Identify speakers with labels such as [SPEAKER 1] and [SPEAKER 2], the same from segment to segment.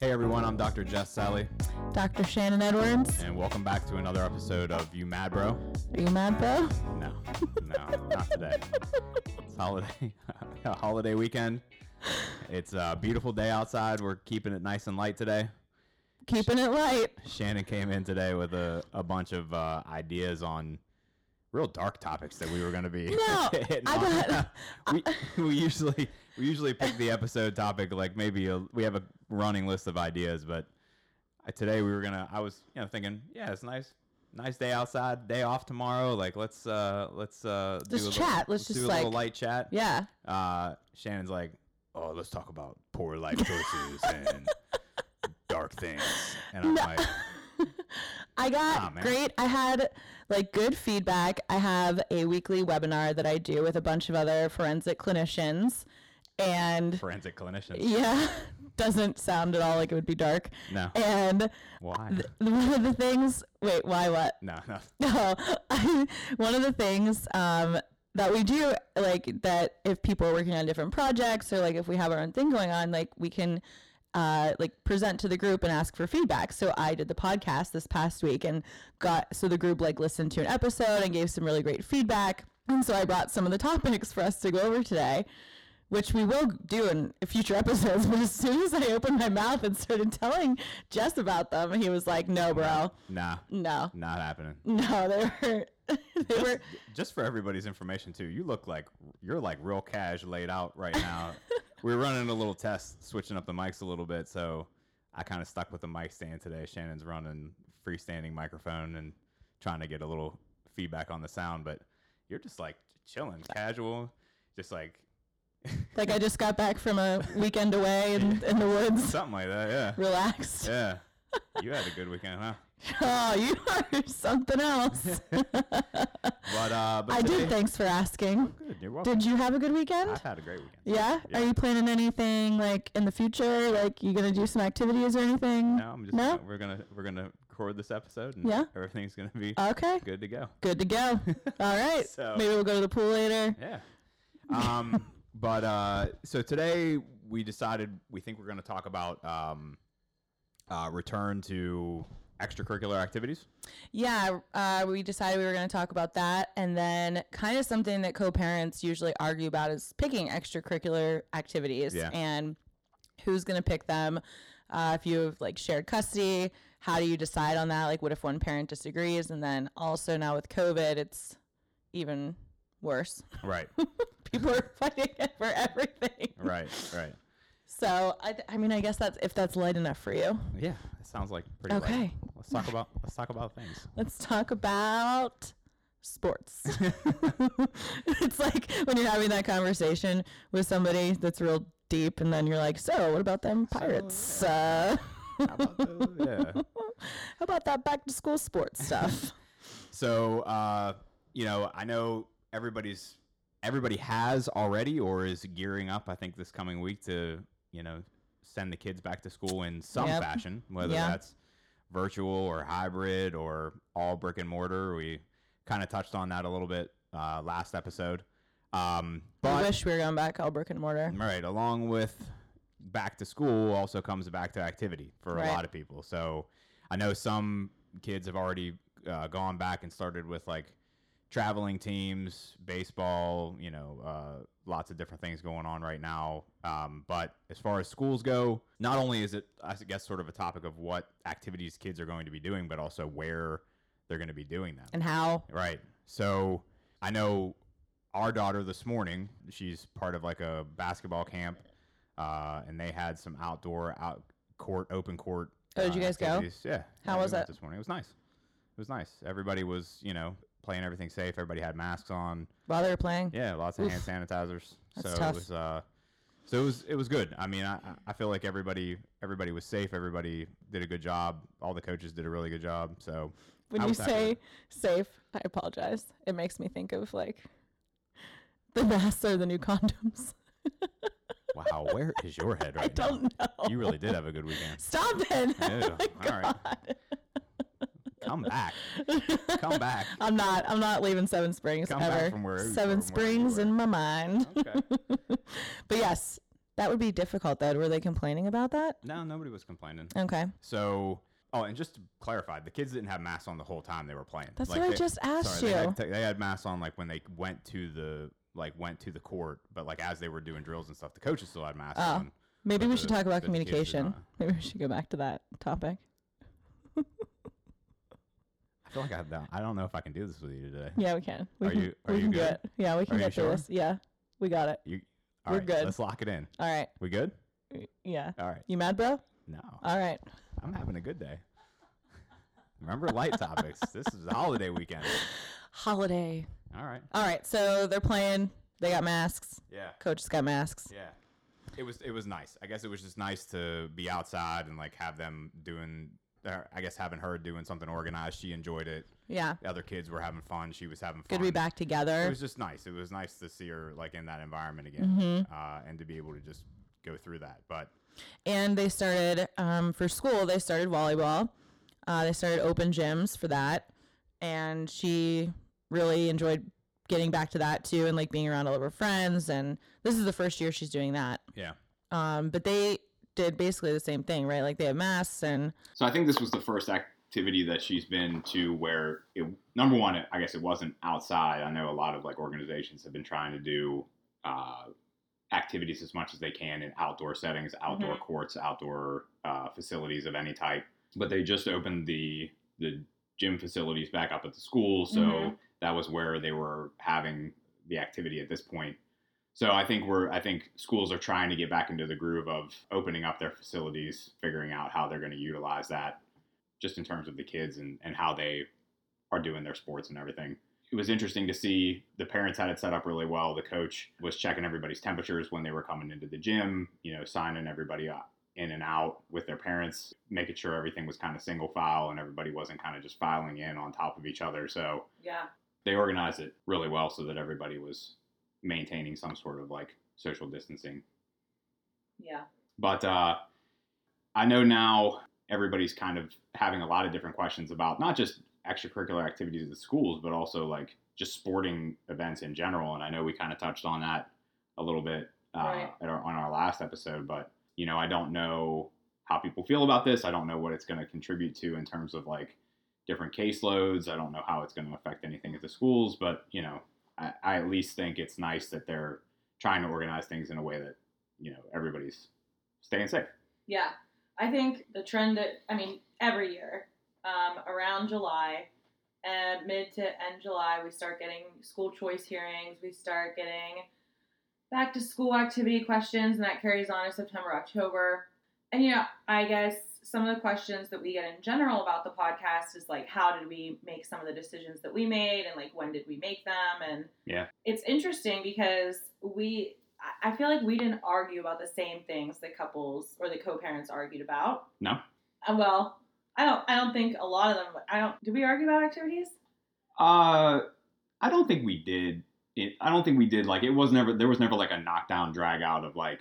[SPEAKER 1] Hey everyone, I'm Dr. Jess Sally,
[SPEAKER 2] Dr. Shannon Edwards.
[SPEAKER 1] and welcome back to another episode of You Mad Bro?
[SPEAKER 2] Are you mad, bro?
[SPEAKER 1] No, no, not today. It's holiday, a holiday weekend. It's a beautiful day outside. We're keeping it nice and light today.
[SPEAKER 2] Keeping it light.
[SPEAKER 1] Shannon came in today with a, a bunch of uh, ideas on real dark topics that we were going to be.
[SPEAKER 2] No,
[SPEAKER 1] hitting
[SPEAKER 2] I
[SPEAKER 1] on. we, we usually we usually pick the episode topic like maybe a, we have a running list of ideas, but I, today we were gonna. I was you know thinking, yeah, it's nice. Nice day outside. Day off tomorrow. Like let's uh let's uh
[SPEAKER 2] Just
[SPEAKER 1] little-
[SPEAKER 2] chat. Let's
[SPEAKER 1] do
[SPEAKER 2] just,
[SPEAKER 1] a little
[SPEAKER 2] like-
[SPEAKER 1] light chat.
[SPEAKER 2] Yeah.
[SPEAKER 1] Uh, Shannon's like, oh, let's talk about poor life choices and dark things. And I'm like, Nah,
[SPEAKER 2] I got
[SPEAKER 1] man.
[SPEAKER 2] great. I had like good feedback. I have a weekly webinar that I do with a bunch of other forensic clinicians. And
[SPEAKER 1] forensic clinicians.
[SPEAKER 2] yeah, doesn't sound at all like it would be dark.
[SPEAKER 1] No.
[SPEAKER 2] And
[SPEAKER 1] Why?
[SPEAKER 2] th- one of the things, wait, why what?
[SPEAKER 1] No, no.
[SPEAKER 2] No, I, one of the things um, that we do, like that, if people are working on different projects or like if we have our own thing going on, like we can uh, like present to the group and ask for feedback. So I did the podcast this past week and got so the group like listened to an episode and gave some really great feedback. And so I brought some of the topics for us to go over today. Which we will do in future episodes, but as soon as I opened my mouth and started telling Jess about them, he was like, "No, bro,
[SPEAKER 1] Nah,
[SPEAKER 2] no."
[SPEAKER 1] not happening.
[SPEAKER 2] No, they were. They
[SPEAKER 1] Just,
[SPEAKER 2] were.
[SPEAKER 1] just for everybody's information too, you look like you're like real cash laid out right now. We're running a little test, switching up the mics a little bit, so I kind of stuck with the mic stand today. Shannon's running freestanding microphone and trying to get a little feedback on the sound, but you're just like chilling, casual, just like
[SPEAKER 2] Like I just got back from a weekend away in, in the woods,
[SPEAKER 1] something like that. Yeah,
[SPEAKER 2] relaxed.
[SPEAKER 1] yeah. You had a good weekend, huh?
[SPEAKER 2] Oh, you are something else.
[SPEAKER 1] But uh, but
[SPEAKER 2] I
[SPEAKER 1] today, Oh,
[SPEAKER 2] did. Thanks for asking.
[SPEAKER 1] good. You're welcome.
[SPEAKER 2] Did you have a good weekend?
[SPEAKER 1] I've had a great weekend.
[SPEAKER 2] Yeah?
[SPEAKER 1] Yeah.
[SPEAKER 2] Are you planning anything like in the future? Like you gonna do some activities or anything?
[SPEAKER 1] No, I'm just
[SPEAKER 2] No?
[SPEAKER 1] we're gonna we're gonna record this episode and
[SPEAKER 2] Yeah. Uh,
[SPEAKER 1] everything's gonna be
[SPEAKER 2] Okay.
[SPEAKER 1] good to go.
[SPEAKER 2] Good to go. All right.
[SPEAKER 1] So-
[SPEAKER 2] Maybe we'll go to the pool later.
[SPEAKER 1] Yeah. Um but uh so today we decided we think we're gonna talk about um uh return to extracurricular activities.
[SPEAKER 2] Yeah, uh, we decided we were going to talk about that. And then, kind of something that co parents usually argue about is picking extracurricular activities
[SPEAKER 1] Yeah.
[SPEAKER 2] and who's going to pick them. Uh, if you have like shared custody, how do you decide on that? Like, what if one parent disagrees? And then also now with COVID, it's even worse.
[SPEAKER 1] Right.
[SPEAKER 2] People are fighting for everything.
[SPEAKER 1] right, right.
[SPEAKER 2] So, I, th- I mean, I guess that's if that's light enough for you.
[SPEAKER 1] Yeah. It sounds like pretty light.
[SPEAKER 2] Okay.
[SPEAKER 1] Let's talk about let's talk about things.
[SPEAKER 2] Let's talk about sports. it's like when you're having that conversation with somebody that's real deep, and then you're like, "So, what about them pirates? uh,
[SPEAKER 1] How about those? Yeah.
[SPEAKER 2] how about that back to school sports stuff?"
[SPEAKER 1] So, uh, you know, I know everybody's everybody has already or is gearing up. I think this coming week to you know send the kids back to school in some
[SPEAKER 2] Yep.
[SPEAKER 1] fashion, whether
[SPEAKER 2] Yeah.
[SPEAKER 1] that's virtual or hybrid or all brick and mortar. We kind of touched on that a little bit uh, last episode. Um,
[SPEAKER 2] I
[SPEAKER 1] but
[SPEAKER 2] wish we were going back all brick and mortar.
[SPEAKER 1] all right, along with back to school also comes back to activity for
[SPEAKER 2] Right.
[SPEAKER 1] a lot of people. So I know some kids have already uh, gone back and started with like traveling teams, baseball, you know, uh, lots of different things going on right now. Um, but as far as schools go, not only is it, I guess, sort of a topic of what activities kids are going to be doing, but also where they're going to be doing them.
[SPEAKER 2] And how?
[SPEAKER 1] Right. So I know our daughter this morning. She's part of like a basketball camp, uh, and they had some outdoor out court, open court.
[SPEAKER 2] Oh, did you
[SPEAKER 1] uh,
[SPEAKER 2] guys go?
[SPEAKER 1] activities. Yeah.
[SPEAKER 2] How
[SPEAKER 1] Yeah, we
[SPEAKER 2] was
[SPEAKER 1] went
[SPEAKER 2] it?
[SPEAKER 1] this morning? It was nice. It was nice. Everybody was, you know, playing everything safe. Everybody had masks on.
[SPEAKER 2] While they were playing,
[SPEAKER 1] Yeah, lots of hand sanitizers.
[SPEAKER 2] That's
[SPEAKER 1] so
[SPEAKER 2] tough.
[SPEAKER 1] it was uh so it was it was good. I mean, I I- I feel like everybody everybody was safe. Everybody did a good job. All the coaches did a really good job. So
[SPEAKER 2] when
[SPEAKER 1] I
[SPEAKER 2] you
[SPEAKER 1] was happy with
[SPEAKER 2] say safe, I apologize. It makes me think of like the masks are the new condoms.
[SPEAKER 1] Wow, where is your head right
[SPEAKER 2] I don't know.
[SPEAKER 1] now? You really did have a good weekend.
[SPEAKER 2] Stop it!
[SPEAKER 3] Oh
[SPEAKER 1] Ew, all right. Come back. Come back.
[SPEAKER 2] I'm not. I'm not leaving Seven Springs
[SPEAKER 1] Come back
[SPEAKER 2] ever.
[SPEAKER 1] from where-
[SPEAKER 2] Seven
[SPEAKER 1] from where you
[SPEAKER 2] Springs
[SPEAKER 1] were.
[SPEAKER 2] in my mind.
[SPEAKER 1] Okay.
[SPEAKER 2] But yes,
[SPEAKER 3] That would be difficult though. Were they complaining about that?
[SPEAKER 4] No, nobody was complaining.
[SPEAKER 3] Okay.
[SPEAKER 4] So, oh, and just to clarify, the kids didn't have masks on the whole time they were playing.
[SPEAKER 3] That's
[SPEAKER 4] Like,
[SPEAKER 3] what
[SPEAKER 4] they-
[SPEAKER 3] I just asked
[SPEAKER 4] Sorry,
[SPEAKER 3] you.
[SPEAKER 4] They had, te- they had masks on like when they went to the like went to the court, but like as they were doing drills and stuff, the coaches still had masks
[SPEAKER 3] Oh.
[SPEAKER 4] on.
[SPEAKER 3] Maybe
[SPEAKER 4] but
[SPEAKER 3] we
[SPEAKER 4] the- uh,
[SPEAKER 3] should talk about
[SPEAKER 4] but the kids did
[SPEAKER 3] communication.
[SPEAKER 4] not.
[SPEAKER 3] Maybe we should go back to that topic.
[SPEAKER 4] I feel like I don't, I don't know if I can do this with you today.
[SPEAKER 3] Yeah, we can. We
[SPEAKER 4] Are
[SPEAKER 3] can,
[SPEAKER 4] you- are
[SPEAKER 3] we
[SPEAKER 4] you
[SPEAKER 3] can
[SPEAKER 4] good?
[SPEAKER 3] get yeah, we can
[SPEAKER 4] Are you
[SPEAKER 3] get through
[SPEAKER 4] sure?
[SPEAKER 3] this. Yeah. We got it.
[SPEAKER 4] All
[SPEAKER 3] We're
[SPEAKER 4] right,
[SPEAKER 3] good.
[SPEAKER 4] Let's lock it in.
[SPEAKER 3] All right.
[SPEAKER 4] We good?
[SPEAKER 3] Y- Yeah.
[SPEAKER 4] All right.
[SPEAKER 3] You mad, bro?
[SPEAKER 4] No,
[SPEAKER 3] All right.
[SPEAKER 4] I'm having a good day. Remember light topics. This is the holiday weekend.
[SPEAKER 3] Holiday.
[SPEAKER 4] All right.
[SPEAKER 3] All right. So they're playing. They got masks.
[SPEAKER 4] Yeah.
[SPEAKER 3] Coach's got masks.
[SPEAKER 4] Yeah. It was it was nice. I guess it was just nice to be outside and like have them doing. Or I guess having her doing something organized. She enjoyed it.
[SPEAKER 3] Yeah.
[SPEAKER 4] The other kids were having fun. She was having fun.
[SPEAKER 3] Good to be back
[SPEAKER 4] It
[SPEAKER 3] together.
[SPEAKER 4] was just nice. It was nice to see her like in that environment again,
[SPEAKER 3] hmm
[SPEAKER 4] uh, and to be able to just go through that. But
[SPEAKER 3] And they started um, for school. They started volleyball. Uh, they started open gyms for that, and she really enjoyed getting back to that too, and like being around all of her friends. And this is the first year she's doing that.
[SPEAKER 4] yeah,
[SPEAKER 3] Um, but they did basically the same thing, right? Like they have masks and
[SPEAKER 1] So I think this was the first activity that she's been to where it number one, I guess it wasn't outside. I know a lot of like organizations have been trying to do uh, activities as much as they can in outdoor settings, outdoor courts, outdoor uh, facilities of any type. But they just opened the the gym facilities back up at the school, so
[SPEAKER 3] Mhm.
[SPEAKER 1] that was where they were having the activity at this point. So I think we're I think schools are trying to get back into the groove of opening up their facilities, figuring out how they're going to utilize that just in terms of the kids and, and how they are doing their sports and everything. It was interesting to see the parents had it set up really well. The coach was checking everybody's temperatures when they were coming into the gym, you know, signing everybody up in and out with their parents, making sure everything was kind of single file and everybody wasn't kind of just filing in on top of each other. So
[SPEAKER 3] yeah,
[SPEAKER 1] they organized it really well so that everybody was maintaining some sort of like social distancing.
[SPEAKER 3] yeah,
[SPEAKER 1] But uh, I know now everybody's kind of having a lot of different questions about not just extracurricular activities at the schools, but also like just sporting events in general. And I know we kind of touched on that a little bit uh,
[SPEAKER 3] Right.
[SPEAKER 1] at our, on our last episode, but you know, I don't know how people feel about this. I don't know what it's going to contribute to in terms of like different caseloads. I don't know how it's going to affect anything at the schools, but you know, I, I at least think it's nice that they're trying to organize things in a way that you know everybody's staying safe.
[SPEAKER 2] Yeah, I think the trend that I mean every year um, around July, uh, mid to end July, we start getting school choice hearings. We start getting back to school activity questions, and that carries on in September, October. And you know, I guess some of the questions that we get in general about the podcast is like, how did we make some of the decisions that we made, and like when did we make them? And
[SPEAKER 1] Yeah.
[SPEAKER 2] it's interesting because we I- I feel like we didn't argue about the same things the couples or the co-parents argued about.
[SPEAKER 1] No.
[SPEAKER 2] Uh, well, I don't. I don't think a lot of them. I don't. Did we argue about activities?
[SPEAKER 1] Uh, I don't think we did. It, I don't think we did. Like it was never. There was never like a knockdown drag out of like,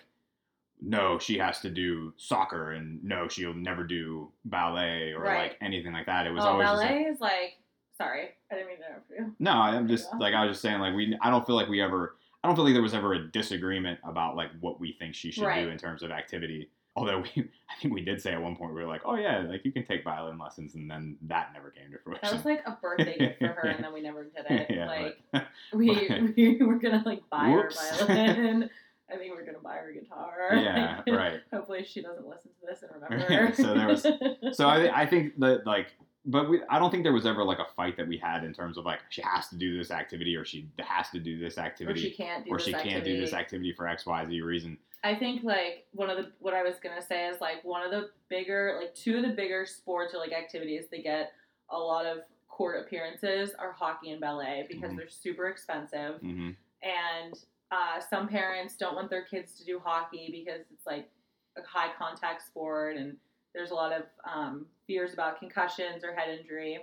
[SPEAKER 1] no, she has to do soccer, and no, she'll never do ballet or
[SPEAKER 2] Right.
[SPEAKER 1] like anything like that. It was
[SPEAKER 2] oh,
[SPEAKER 1] always just like-
[SPEAKER 2] ballet is like. Sorry, I didn't mean to interrupt you.
[SPEAKER 1] No, I'm just
[SPEAKER 2] Yeah.
[SPEAKER 1] like I was just saying. Like we, I don't feel like we ever. I don't feel like there was ever a disagreement about like what we think she should
[SPEAKER 2] Right.
[SPEAKER 1] do in terms of activity. Although we, I think we did say at one point we were like, oh yeah, like you can take violin lessons, and then that never came to fruition.
[SPEAKER 2] That was like a birthday gift for her, and then we never did it.
[SPEAKER 1] Yeah,
[SPEAKER 2] like
[SPEAKER 1] but-
[SPEAKER 2] we, we were gonna like buy
[SPEAKER 1] Whoops.
[SPEAKER 2] her violin. I think we're gonna buy her guitar.
[SPEAKER 1] yeah,
[SPEAKER 2] Like,
[SPEAKER 1] right.
[SPEAKER 2] Hopefully she doesn't listen to this and remember.
[SPEAKER 1] So there was- So I, I think that like, but we, I don't think there was ever like a fight that we had in terms of like she has to do this activity or she has to do this
[SPEAKER 2] or she
[SPEAKER 1] activity
[SPEAKER 2] can't do
[SPEAKER 1] or
[SPEAKER 2] this
[SPEAKER 1] she can't
[SPEAKER 2] activity.
[SPEAKER 1] do this activity for X Y Z reason.
[SPEAKER 2] I think like one of the what I was gonna say is like one of the bigger like two of the bigger sports or like activities that get a lot of court appearances are hockey and ballet because
[SPEAKER 1] Mhm.
[SPEAKER 2] they're super expensive
[SPEAKER 1] hmm
[SPEAKER 2] and uh, some parents don't want their kids to do hockey because it's like a high contact sport and there's a lot of um, fears about concussions or head injury.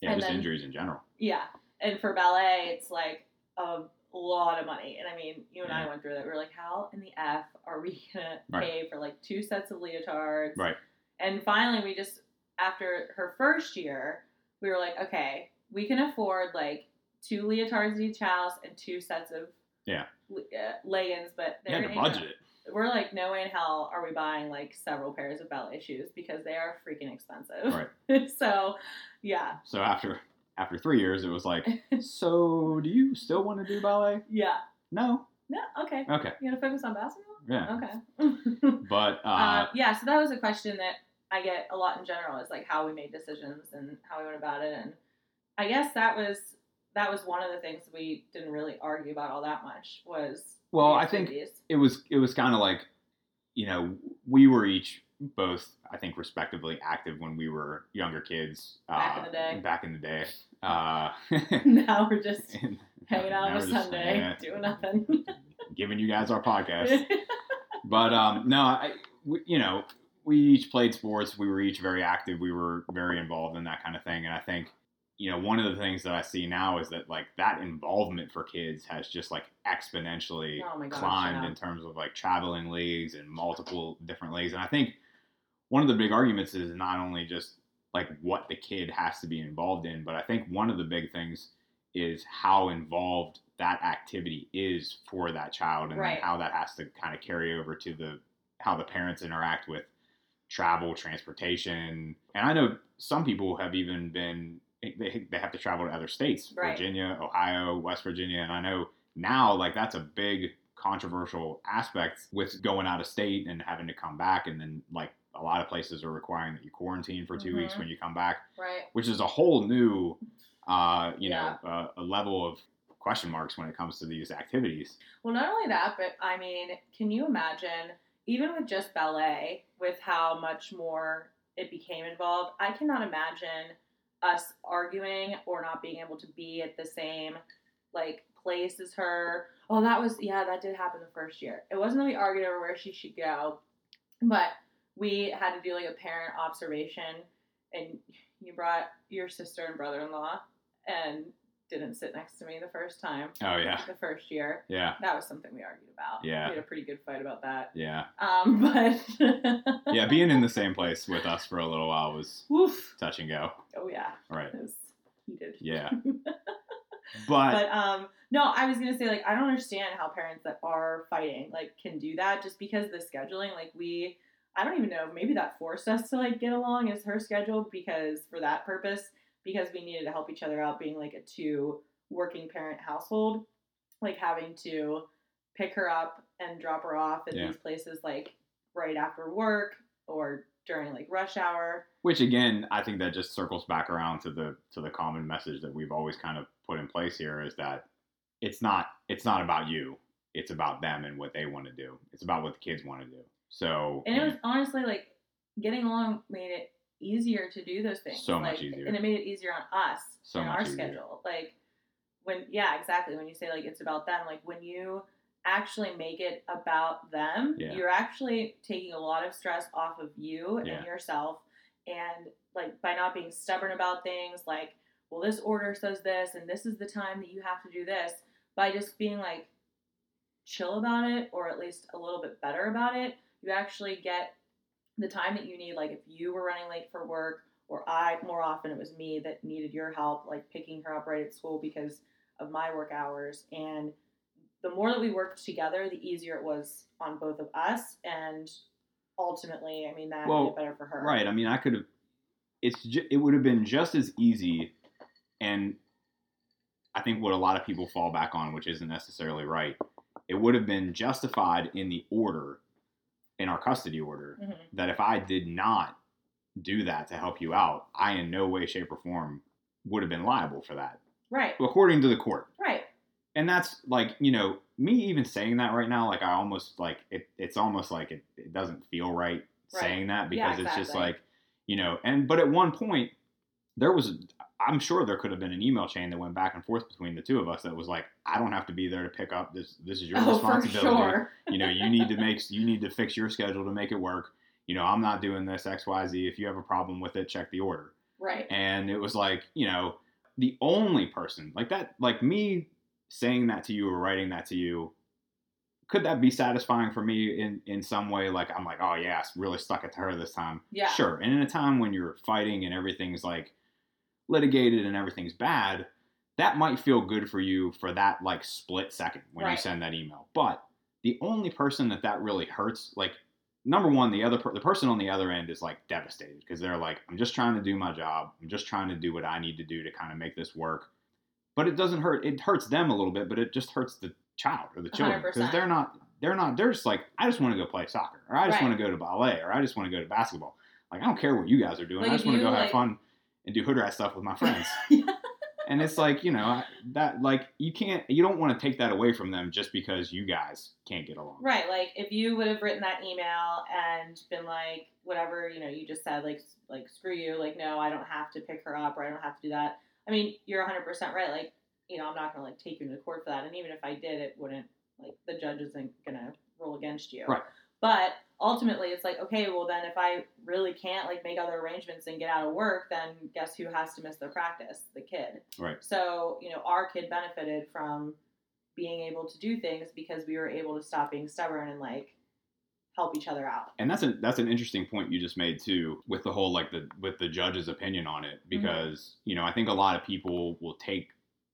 [SPEAKER 1] Yeah,
[SPEAKER 2] And
[SPEAKER 1] just
[SPEAKER 2] then-
[SPEAKER 1] injuries in general.
[SPEAKER 2] Yeah. And for ballet, it's like a lot of money. And I mean, you and I
[SPEAKER 1] Yeah.
[SPEAKER 2] went through that. We were like, how in the F are we going to
[SPEAKER 1] Mm-hmm. Right.
[SPEAKER 2] pay for like two sets of leotards?
[SPEAKER 1] Right.
[SPEAKER 2] And finally, we just, after her first year, we were like, okay, we can afford like two leotards in each house and two sets of
[SPEAKER 1] Yeah.
[SPEAKER 2] le- uh, leggings, but
[SPEAKER 1] You had
[SPEAKER 2] they're
[SPEAKER 1] to
[SPEAKER 2] gonna-
[SPEAKER 1] budget it.
[SPEAKER 2] we're like, no way in hell are we buying like several pairs of ballet shoes because they are freaking expensive. Right. so, yeah,
[SPEAKER 1] So after after three years, it was like, so do you still want to do ballet?
[SPEAKER 2] yeah.
[SPEAKER 1] No.
[SPEAKER 2] No, okay.
[SPEAKER 1] Okay.
[SPEAKER 2] You gonna focus on basketball?
[SPEAKER 1] Yeah.
[SPEAKER 2] Okay.
[SPEAKER 1] But uh,
[SPEAKER 2] uh, yeah, so that was a question that I get a lot in general is like how we made decisions and how we went about it, and I guess that was that was one of the things we didn't really argue about all that much was
[SPEAKER 1] well,
[SPEAKER 2] the
[SPEAKER 1] I think
[SPEAKER 2] activities.
[SPEAKER 1] it was it was kind of like, you know, we were each both I think respectively active when we were younger kids.
[SPEAKER 2] Back in
[SPEAKER 1] uh,
[SPEAKER 2] the day.
[SPEAKER 1] Back in the day. Uh,
[SPEAKER 2] now we're just
[SPEAKER 1] and
[SPEAKER 2] hanging
[SPEAKER 1] now
[SPEAKER 2] out on a
[SPEAKER 1] we're just
[SPEAKER 2] Sunday,
[SPEAKER 1] hanging out,
[SPEAKER 2] doing nothing.
[SPEAKER 1] Giving you guys our podcast. But um, no, I, we, you know, we each played sports. We were each very active. We were very involved in that kind of thing. And I think, you know, one of the things that I see now is that like that involvement for kids has just like exponentially
[SPEAKER 2] Oh my gosh,
[SPEAKER 1] climbed
[SPEAKER 2] yeah.
[SPEAKER 1] in terms of like traveling leagues and multiple different leagues. And I think one of the big arguments is not only just like what the kid has to be involved in, but I think one of the big things is how involved that activity is for that child and then
[SPEAKER 2] Right.
[SPEAKER 1] how that has to kind of carry over to the how the parents interact with travel, transportation. And I know some people have even been they, they have to travel to other states,
[SPEAKER 2] Right.
[SPEAKER 1] Virginia, Ohio, West Virginia, and I know now like that's a big controversial aspect with going out of state and having to come back and then like a lot of places are requiring that you quarantine for 2 weeks
[SPEAKER 2] Mhm.
[SPEAKER 1] when you come back
[SPEAKER 2] right.
[SPEAKER 1] which is a whole new, uh, you know, uh, a level of question marks when it comes to these activities.
[SPEAKER 2] Well, not only that, but I mean, can you imagine, even with just ballet, with how much more it became involved? I cannot imagine us arguing or not being able to be at the same like place as her. Oh, that was yeah, that did happen the first year. It wasn't that we argued over where she should go, but we had to do like a parent observation, and you brought your sister and brother-in-law, and didn't sit next to me the first time,
[SPEAKER 1] Oh yeah,
[SPEAKER 2] the first year
[SPEAKER 1] yeah,
[SPEAKER 2] that was something we argued about.
[SPEAKER 1] Yeah.
[SPEAKER 2] We had a pretty good fight about that.
[SPEAKER 1] yeah,
[SPEAKER 2] Um, but
[SPEAKER 1] yeah. Being in the same place with us for a little while was
[SPEAKER 2] Woof.
[SPEAKER 1] touch and go.
[SPEAKER 2] Oh yeah.
[SPEAKER 1] Right.
[SPEAKER 2] It was heated.
[SPEAKER 1] Yeah.
[SPEAKER 2] But
[SPEAKER 1] But
[SPEAKER 2] um no, I was gonna say like I don't understand how parents that are fighting like can do that just because the scheduling, like we I don't even know, maybe that forced us to like get along as her schedule because for that purpose, because we needed to help each other out being like a two working parent household, like having to pick her up and drop her off at
[SPEAKER 1] Yeah.
[SPEAKER 2] these places like right after work or during like rush hour.
[SPEAKER 1] which again, I think that just circles back around to the to the common message that we've always kind of put in place here is that it's not it's not about you. It's about them and what they want to do. It's about what the kids want to do. So
[SPEAKER 2] And it was honestly like getting along made it easier to do those things.
[SPEAKER 1] So much
[SPEAKER 2] like,
[SPEAKER 1] easier.
[SPEAKER 2] And it made it easier on us
[SPEAKER 1] So
[SPEAKER 2] and
[SPEAKER 1] much
[SPEAKER 2] our
[SPEAKER 1] easier.
[SPEAKER 2] schedule. Like when yeah, exactly. When you say like it's about them, like when you actually make it about them,
[SPEAKER 1] Yeah.
[SPEAKER 2] you're actually taking a lot of stress off of you
[SPEAKER 1] Yeah.
[SPEAKER 2] and yourself and like by not being stubborn about things like, well this order says this and this is the time that you have to do this by just being like chill about it or at least a little bit better about it you actually get the time that you need like if you were running late for work or i more often it was me that needed your help like picking her up right at school because of my work hours and the more that we worked together the easier it was on both of us and ultimately i mean that made
[SPEAKER 1] Well,
[SPEAKER 2] it better for her
[SPEAKER 1] Right. I mean, I could have. It's ju- it would have been just as easy, and I think what a lot of people fall back on, which isn't necessarily right, it would have been justified in the order, in our custody order,
[SPEAKER 2] Mhm.
[SPEAKER 1] that if I did not do that to help you out, I in no way, shape, or form would have been liable for that,
[SPEAKER 2] right
[SPEAKER 1] according to the court
[SPEAKER 2] right
[SPEAKER 1] and that's like you know me even saying that right now like i almost like it, it's almost like it, it doesn't feel right,
[SPEAKER 2] Right.
[SPEAKER 1] saying that
[SPEAKER 2] Yeah,
[SPEAKER 1] because it's just
[SPEAKER 2] exactly.
[SPEAKER 1] like you know and but at one point there was i'm sure there could have been an email chain that went back and forth between the two of us that was like i don't have to be there to pick up this this is your
[SPEAKER 2] oh for
[SPEAKER 1] responsibility
[SPEAKER 2] sure
[SPEAKER 1] you know you need to make you need to fix your schedule to make it work you know i'm not doing this xyz if you have a problem with it check the order
[SPEAKER 2] right
[SPEAKER 1] and it was like you know the only person like that like me saying that to you or writing that to you could that be satisfying for me in in some way like i'm like oh yeah I really stuck it to her this time
[SPEAKER 2] yeah
[SPEAKER 1] sure and in a time when you're fighting and everything's like litigated and everything's bad that might feel good for you for that like split second when you
[SPEAKER 2] Right.
[SPEAKER 1] send that email but The only person that that really hurts, like number one, the other per- the person on the other end is like devastated because they're like, I'm just trying to do my job. I'm just trying to do what I need to do to kind of make this work. But it doesn't hurt. It hurts them a little bit, but it just hurts the child or the children because
[SPEAKER 2] 100%.
[SPEAKER 1] they're not. They're not. They're just like, I just want to go play soccer, or I just
[SPEAKER 2] Right.
[SPEAKER 1] want to go to ballet, or I just want to go to basketball. Like I don't care what you guys are doing.
[SPEAKER 2] Like,
[SPEAKER 1] I just
[SPEAKER 2] if
[SPEAKER 1] want to
[SPEAKER 2] you,
[SPEAKER 1] go have
[SPEAKER 2] like-
[SPEAKER 1] fun and do hood rat stuff with my friends.
[SPEAKER 2] Yeah.
[SPEAKER 1] and it's like you know I- that like you can't you don't want to take that away from them just because you guys can't get along.
[SPEAKER 2] Right. Like if you would have written that email and been like, whatever, you know, you just said like, like screw you, like no, I don't have to pick her up or I don't have to do that. I mean, you're 100 percent right. Like, you know, I'm not gonna like take you to court for that. And even if I did, it wouldn't like the judge isn't gonna rule against you.
[SPEAKER 1] Right.
[SPEAKER 2] But ultimately, it's like okay, well then if I really can't like make other arrangements and get out of work, then guess who has to miss their practice? The kid.
[SPEAKER 1] Right.
[SPEAKER 2] So you know, our kid benefited from being able to do things because we were able to stop being stubborn and like help each other out.
[SPEAKER 1] And that's a that's an interesting point you just made too with the whole like the with the judge's opinion on it
[SPEAKER 2] Mm-hmm.
[SPEAKER 1] because you know I think a lot of people will take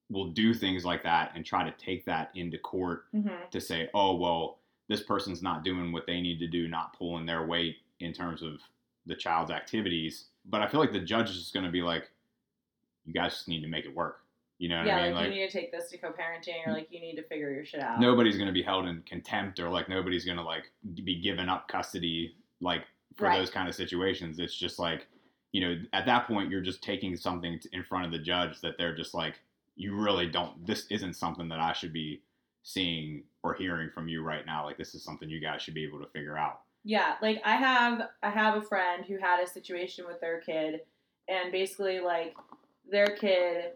[SPEAKER 1] will do things like that and try to take that into court
[SPEAKER 2] Mm-hmm.
[SPEAKER 1] to say oh well this person's not doing what they need to do not pulling their weight in terms of the child's activities but I feel like the judge is just going to be like you guys just need to make it work you know what
[SPEAKER 2] yeah,
[SPEAKER 1] I mean Mm.
[SPEAKER 2] like, you need to take this to co-parenting, or like you need to figure your shit out.
[SPEAKER 1] nobody's going to be held in contempt or like nobody's going to like be given up custody like for
[SPEAKER 2] Right.
[SPEAKER 1] those kind of situations it's just like you know at that point you're just taking something t in front of the judge that they're just like you really don't this isn't something that i should be seeing or hearing from you right now like this is something you guys should be able to figure out
[SPEAKER 2] Yeah, like I have I have a friend who had a situation with their kid and basically like their kid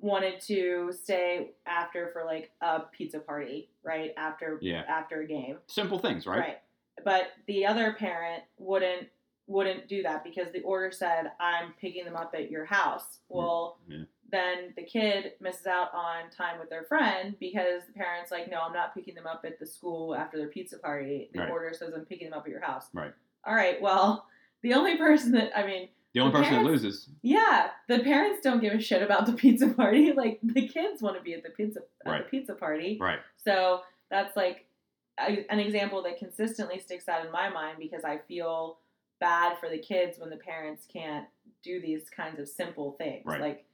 [SPEAKER 2] wanted to stay after for like a pizza party, right? After
[SPEAKER 1] yeah
[SPEAKER 2] after a game.
[SPEAKER 1] simple things right,
[SPEAKER 2] But the other parent wouldn't wouldn't do that because the order said I'm picking them up at your house. Well,
[SPEAKER 1] Yeah.
[SPEAKER 2] then the kid misses out on time with their friend because the parents like no, I'm not picking them up at the school after their pizza party. The
[SPEAKER 1] Right.
[SPEAKER 2] order says I'm picking them up at your house.
[SPEAKER 1] Right.
[SPEAKER 2] All right. Well, the only person that I mean,
[SPEAKER 1] the only
[SPEAKER 2] The
[SPEAKER 1] person that
[SPEAKER 2] parents-
[SPEAKER 1] loses
[SPEAKER 2] yeah, the parents don't give a shit about the pizza party. Like the kids want to be at the pizza at the
[SPEAKER 1] Right.
[SPEAKER 2] pizza party.
[SPEAKER 1] right
[SPEAKER 2] So that's like a, an example that consistently sticks out in my mind because I feel bad for the kids when the parents can't do these kinds of simple things.
[SPEAKER 1] Right.
[SPEAKER 2] Like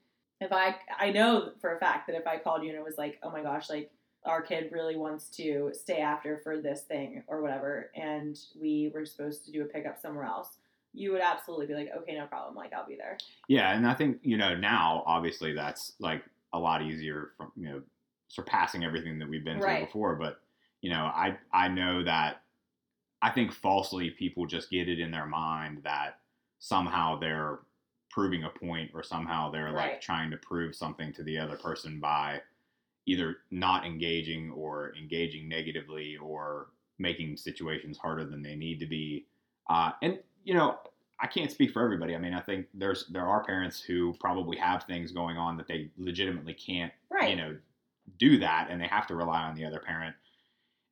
[SPEAKER 2] if I I know for a fact that if I called you and it was like, "Oh my gosh, like our kid really wants to stay after for this thing or whatever and we were supposed to do a pickup somewhere else." You would absolutely be like, "Okay, no problem. Like I'll be there."
[SPEAKER 1] Yeah, and I think you know now, obviously, that's like a lot easier from you know surpassing everything that we've been
[SPEAKER 2] Right.
[SPEAKER 1] through before. But you know, I I know that I think falsely people just get it in their mind that somehow they're proving a point or somehow they're
[SPEAKER 2] Right.
[SPEAKER 1] like trying to prove something to the other person by either not engaging or engaging negatively or making situations harder than they need to be. Uh, and you know, I can't speak for everybody. I mean, I think there's there are parents who probably have things going on that they legitimately can't,
[SPEAKER 2] Right.
[SPEAKER 1] you know, do that, and they have to rely on the other parent.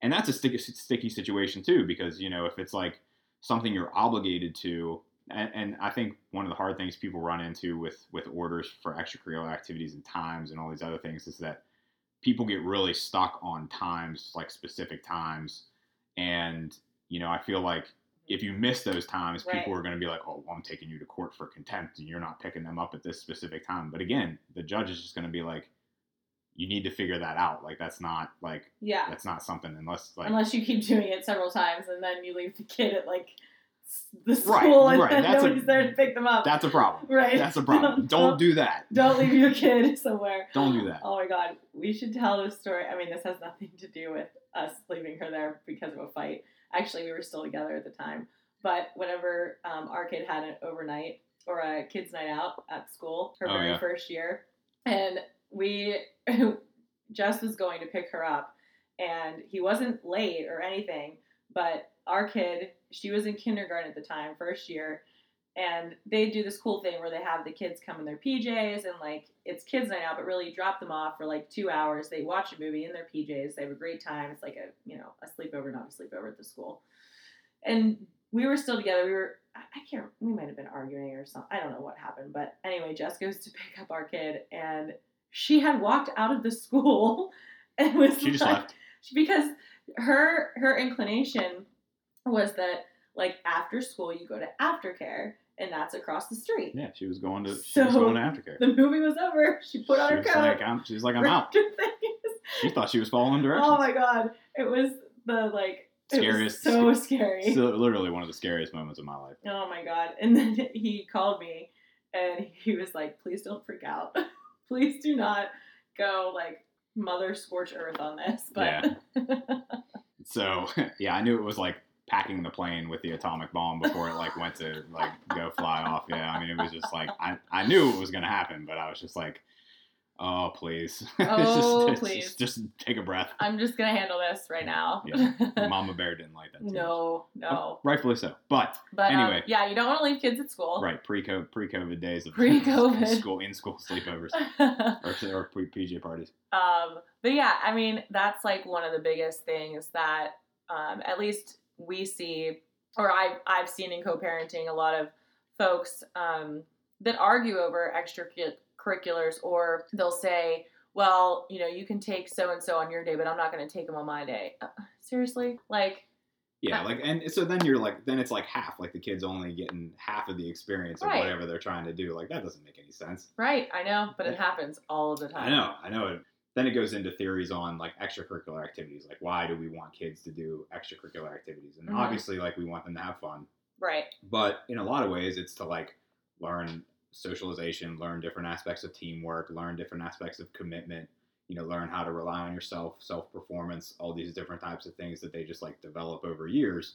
[SPEAKER 1] And that's a sticky, sticky situation too, because you know if it's like something you're obligated to, and, and I think one of the hard things people run into with with orders for extracurricular activities and times and all these other things is that people get really stuck on times, like specific times, and you know I feel like if you miss those times,
[SPEAKER 2] Right.
[SPEAKER 1] people are going to be like, "Oh, well, I'm taking you to court for contempt, and you're not picking them up at this specific time." But again, the judge is just going to be like, "You need to figure that out. Like that's not like
[SPEAKER 2] Yeah.
[SPEAKER 1] that's not something unless like
[SPEAKER 2] Unless you keep doing it several times and then you leave the kid at like s- the school
[SPEAKER 1] Right,
[SPEAKER 2] and
[SPEAKER 1] right,
[SPEAKER 2] then
[SPEAKER 1] that's a-
[SPEAKER 2] nobody's there to pick them up.
[SPEAKER 1] that's a problem.
[SPEAKER 2] right.
[SPEAKER 1] That's a problem. Don't do that.
[SPEAKER 2] Don't leave your kid somewhere.
[SPEAKER 1] Don't do that.
[SPEAKER 2] Oh my god, we should tell this story. I mean, this has nothing to do with us leaving her there because of a fight. Actually, we were still together at the time. But whenever um, our kid had an overnight or a kids' night out at school, her
[SPEAKER 1] Oh,
[SPEAKER 2] very
[SPEAKER 1] yeah.
[SPEAKER 2] first year, and we, Jess was going to pick her up, and he wasn't late or anything, but our kid, she was in kindergarten at the time, first year, and they do this cool thing where they have the kids come in their PJs and like it's kids night out, but really you drop them off for like two hours. They watch a movie in their PJs. They have a great time. It's like a you know a sleepover, not a sleepover at the school. And we were still together. We were I I can't we might have been arguing or something. I don't know what happened, but anyway, Jess goes to pick up our kid and she had walked out of the school and was
[SPEAKER 1] She just
[SPEAKER 2] like,
[SPEAKER 1] left.
[SPEAKER 2] because her her inclination was that like after school you go to aftercare and that's across the street.
[SPEAKER 1] Yeah, she was going to she was
[SPEAKER 2] So-
[SPEAKER 1] going to aftercare.
[SPEAKER 2] The movie was over. She put on
[SPEAKER 1] she
[SPEAKER 2] her
[SPEAKER 1] was
[SPEAKER 2] coat.
[SPEAKER 1] like, I'm, she was like, I'm out.
[SPEAKER 2] grabbed her things.
[SPEAKER 1] She thought she was following directions.
[SPEAKER 2] Oh my god, it was the like it was
[SPEAKER 1] Scariest-
[SPEAKER 2] so scary.
[SPEAKER 1] So, literally one of the scariest moments of my life.
[SPEAKER 2] Oh my god! And then he called me, and he was like, "Please don't freak out. Please do not go like mother scorch earth on this." But
[SPEAKER 1] So yeah, I knew it was like packing the plane with the atomic bomb before it like went to like go fly off. Yeah, I mean it was just like I, I knew it was gonna happen, but I was just like, oh please,
[SPEAKER 2] Oh,
[SPEAKER 1] just,
[SPEAKER 2] please.
[SPEAKER 1] just just take a breath.
[SPEAKER 2] I'm just gonna handle this right now.
[SPEAKER 1] Yeah. Mama Bear didn't like that. too much.
[SPEAKER 2] no, no.
[SPEAKER 1] rightfully so. But
[SPEAKER 2] But um,
[SPEAKER 1] Anyway.
[SPEAKER 2] yeah, you don't want to leave kids at school.
[SPEAKER 1] right, pre COVID pre COVID days of
[SPEAKER 2] Pre-COVID.
[SPEAKER 1] school in school sleepovers or, or pre PJ parties.
[SPEAKER 2] Um, but yeah, I mean, that's like one of the biggest things that um, at least we see, or I've, I've seen in co parenting a lot of folks um, that argue over extracurriculars, or they'll say, well, you know, you can take so and so on your day, but I'm not going to take them on my day. Uh, seriously? Like,
[SPEAKER 1] Yeah, like and so then you're like then it's like half like the kids only getting half of the experience of
[SPEAKER 2] Right.
[SPEAKER 1] whatever they're trying to do. Like that doesn't make any sense.
[SPEAKER 2] right, I know, but it happens all of the time.
[SPEAKER 1] I know, I know. It, then it goes into theories on like extracurricular activities, like why do we want kids to do extracurricular activities? And
[SPEAKER 2] Mhm.
[SPEAKER 1] obviously, like we want them to have fun,
[SPEAKER 2] Right,
[SPEAKER 1] but in a lot of ways, it's to like learn socialization, learn different aspects of teamwork, learn different aspects of commitment. You know, learn how to rely on yourself, self performance, all these different types of things that they just like develop over years.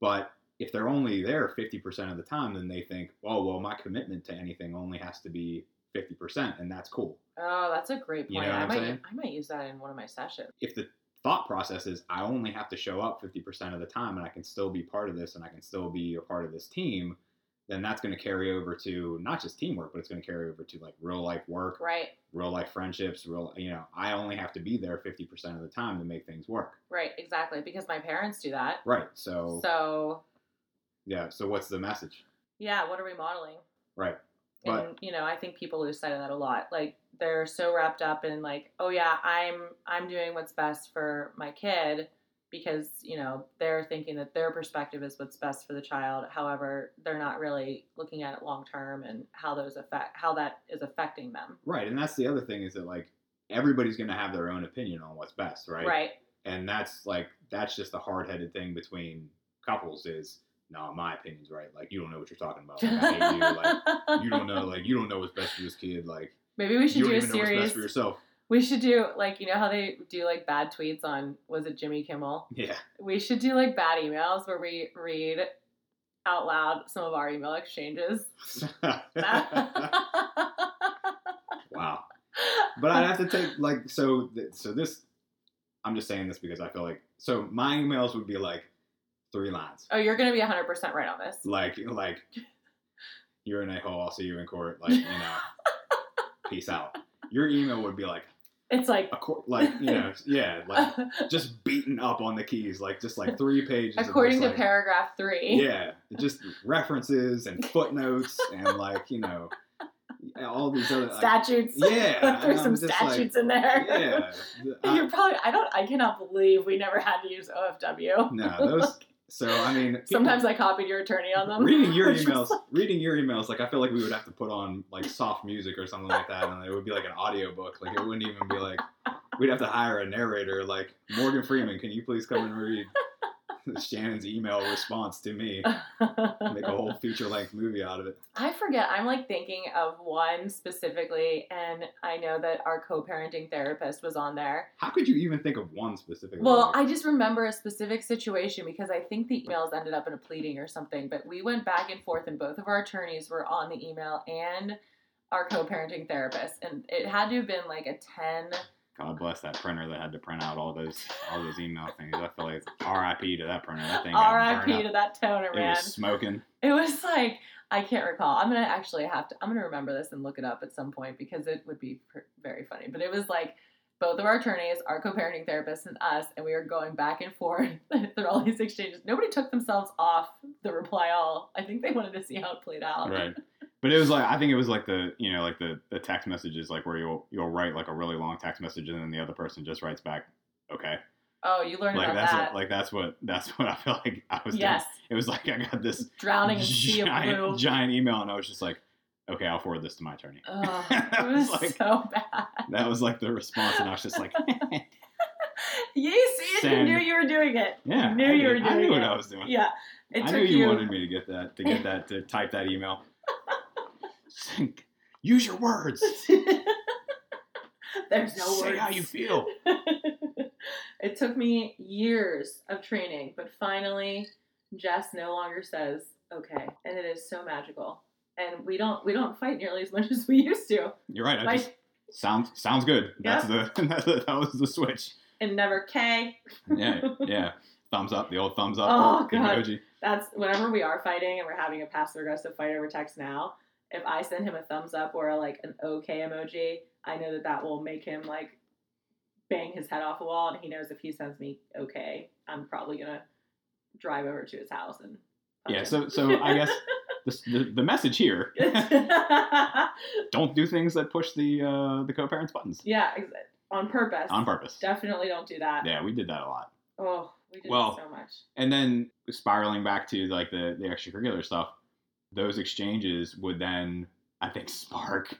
[SPEAKER 1] But if they're only there 50% of the time, then they think, oh, well, my commitment to anything only has to be 50%, and that's cool.
[SPEAKER 2] Oh, that's a great point.
[SPEAKER 1] You know what
[SPEAKER 2] I
[SPEAKER 1] I'm
[SPEAKER 2] might
[SPEAKER 1] saying?
[SPEAKER 2] I might use that in one of my sessions.
[SPEAKER 1] if the thought process is I only have to show up 50% of the time and I can still be part of this and I can still be a part of this team, then that's going to carry over to not just teamwork, but it's going to carry over to like real life work,
[SPEAKER 2] Right,
[SPEAKER 1] real life friendships, real, you know, I only have to be there 50% of the time to make things work.
[SPEAKER 2] right, exactly. Because my parents do that.
[SPEAKER 1] Right. So,
[SPEAKER 2] So
[SPEAKER 1] yeah. So what's the message?
[SPEAKER 2] yeah, what are we modeling?
[SPEAKER 1] Right. But-
[SPEAKER 2] And you know, I think people lose sight of that a lot. Like they're so wrapped up in like, oh yeah, I'm I'm doing what's best for my kid because, you know, they're thinking that their perspective is what's best for the child. However, they're not really looking at it long term and how those affect how that is affecting them.
[SPEAKER 1] Right. And that's the other thing is that like everybody's going to have their own opinion on what's best. Right.
[SPEAKER 2] right.
[SPEAKER 1] and that's like that's just the hard-headed thing between couples is no my opinion's right like you don't know what you're talking about like, I hate you. Like, you don't know like you don't know what's best for this kid like
[SPEAKER 2] Maybe we should
[SPEAKER 1] you
[SPEAKER 2] do
[SPEAKER 1] don't
[SPEAKER 2] a
[SPEAKER 1] even know what's
[SPEAKER 2] series.
[SPEAKER 1] best for yourself
[SPEAKER 2] We should do like you know how they do like bad tweets on was it Jimmy Kimmel?
[SPEAKER 1] yeah
[SPEAKER 2] We should do like bad emails where we read out loud some of our email exchanges.
[SPEAKER 1] wow but i'd have to take like so th- so this i'm just saying this because i feel like so my emails would be like three lines
[SPEAKER 2] oh, you're gonna be 100 percent right on this.
[SPEAKER 1] like like you're in a hole i'll see you in court like you know peace out your email would be like
[SPEAKER 2] It's like
[SPEAKER 1] a court, like you know, yeah, like just beaten up on the keys, like just like three pages. of
[SPEAKER 2] according
[SPEAKER 1] just,
[SPEAKER 2] to
[SPEAKER 1] like,
[SPEAKER 2] paragraph three.
[SPEAKER 1] Yeah, just references and footnotes and like you know, all these other. Like,
[SPEAKER 2] Statutes.
[SPEAKER 1] yeah, and
[SPEAKER 2] There's
[SPEAKER 1] I'm
[SPEAKER 2] some
[SPEAKER 1] just like,
[SPEAKER 2] statutes in there.
[SPEAKER 1] yeah, uh,
[SPEAKER 2] You're
[SPEAKER 1] I,
[SPEAKER 2] probably. I don't. I cannot believe we never had to use OFW.
[SPEAKER 1] no, those. So I mean, people-
[SPEAKER 2] Sometimes I copied your attorney on them.
[SPEAKER 1] reading your
[SPEAKER 2] Which was
[SPEAKER 1] emails, reading your emails, like I feel like we would have to put on like soft music or something like that, and it would be like an audiobook. Like it wouldn't even be like we'd have to hire a narrator. Like Morgan Freeman, can you please come and read Shannon's email response to me? Make a whole feature length movie out of it.
[SPEAKER 2] I forget. I'm like thinking of one specifically, and I know that our co parenting therapist was on there.
[SPEAKER 1] How could you even think of one specifically?
[SPEAKER 2] Well, I just remember a specific situation because I think the emails ended up in a pleading or something, but we went back and forth, and both of our attorneys were on the email and our co parenting therapist. And it had to have been like a 10.
[SPEAKER 1] God bless that printer that had to print out all those all those email things. I feel like R.I.P. to that printer. That thing. got
[SPEAKER 2] RIP
[SPEAKER 1] burned
[SPEAKER 2] to
[SPEAKER 1] up.
[SPEAKER 2] that toner,
[SPEAKER 1] It
[SPEAKER 2] man.
[SPEAKER 1] was smoking.
[SPEAKER 2] It was like I can't recall. I'm gonna actually have to. I'm gonna remember this and look it up at some point because it would be pr- very funny. But it was like both of our attorneys, our co-parenting therapist, and us, and we were going back and forth through all these exchanges. Nobody took themselves off the reply all. I think they wanted to see how it played out.
[SPEAKER 1] right but it was like i think it was like the you know like the, the text messages like where you'll you'll write like a really long text message and then the other person just writes back okay
[SPEAKER 2] Oh, you learned
[SPEAKER 1] Like
[SPEAKER 2] about
[SPEAKER 1] that's
[SPEAKER 2] that.
[SPEAKER 1] like that's what that's what I felt like I was
[SPEAKER 2] yes,
[SPEAKER 1] doing. It was like I got this
[SPEAKER 2] drowning in sea of blue.
[SPEAKER 1] giant, giant email, and I was just like, okay, I'll forward this to my attorney.
[SPEAKER 2] Ugh,
[SPEAKER 1] I
[SPEAKER 2] it
[SPEAKER 1] was
[SPEAKER 2] was
[SPEAKER 1] like-
[SPEAKER 2] so bad.
[SPEAKER 1] That was like the response, and I was just like,
[SPEAKER 2] You see, you
[SPEAKER 1] Send-
[SPEAKER 2] knew you were doing it.
[SPEAKER 1] yeah,
[SPEAKER 2] Knew
[SPEAKER 1] I,
[SPEAKER 2] you were
[SPEAKER 1] did- I
[SPEAKER 2] doing
[SPEAKER 1] knew what
[SPEAKER 2] it.
[SPEAKER 1] I was doing.
[SPEAKER 2] Yeah, it
[SPEAKER 1] I
[SPEAKER 2] took
[SPEAKER 1] knew you,
[SPEAKER 2] you.
[SPEAKER 1] wanted me to get that, to get that, to type that email. Think. Use your words.
[SPEAKER 2] There's no
[SPEAKER 1] Say
[SPEAKER 2] words.
[SPEAKER 1] how you feel.
[SPEAKER 2] it took me years of training, but finally, Jess no longer says okay, and it is so magical. And we don't we don't fight nearly as much as we used to.
[SPEAKER 1] You're right. I
[SPEAKER 2] like
[SPEAKER 1] just sounds sounds good. That's the that's the- that was the switch.
[SPEAKER 2] and never K.
[SPEAKER 1] Yeah, yeah. Thumbs up. The old thumbs up.
[SPEAKER 2] Oh, God.
[SPEAKER 1] emoji.
[SPEAKER 2] That's whenever we are fighting and we're having a passive aggressive fight over text now. If I send him a thumbs up or like an okay emoji, I know that that will make him like bang his head off a wall. And he knows if he sends me okay, I'm probably gonna drive over to his house and punch
[SPEAKER 1] Yeah.
[SPEAKER 2] him.
[SPEAKER 1] So so I guess the the, the message here. don't do things that push the uh, the co-parents buttons
[SPEAKER 2] yeah, ex- on purpose.
[SPEAKER 1] on purpose.
[SPEAKER 2] Definitely don't do that.
[SPEAKER 1] Yeah, we did that a lot.
[SPEAKER 2] Oh, we did
[SPEAKER 1] Well,
[SPEAKER 2] so much.
[SPEAKER 1] And then spiraling back to like the the extracurricular stuff, those exchanges would then I think spark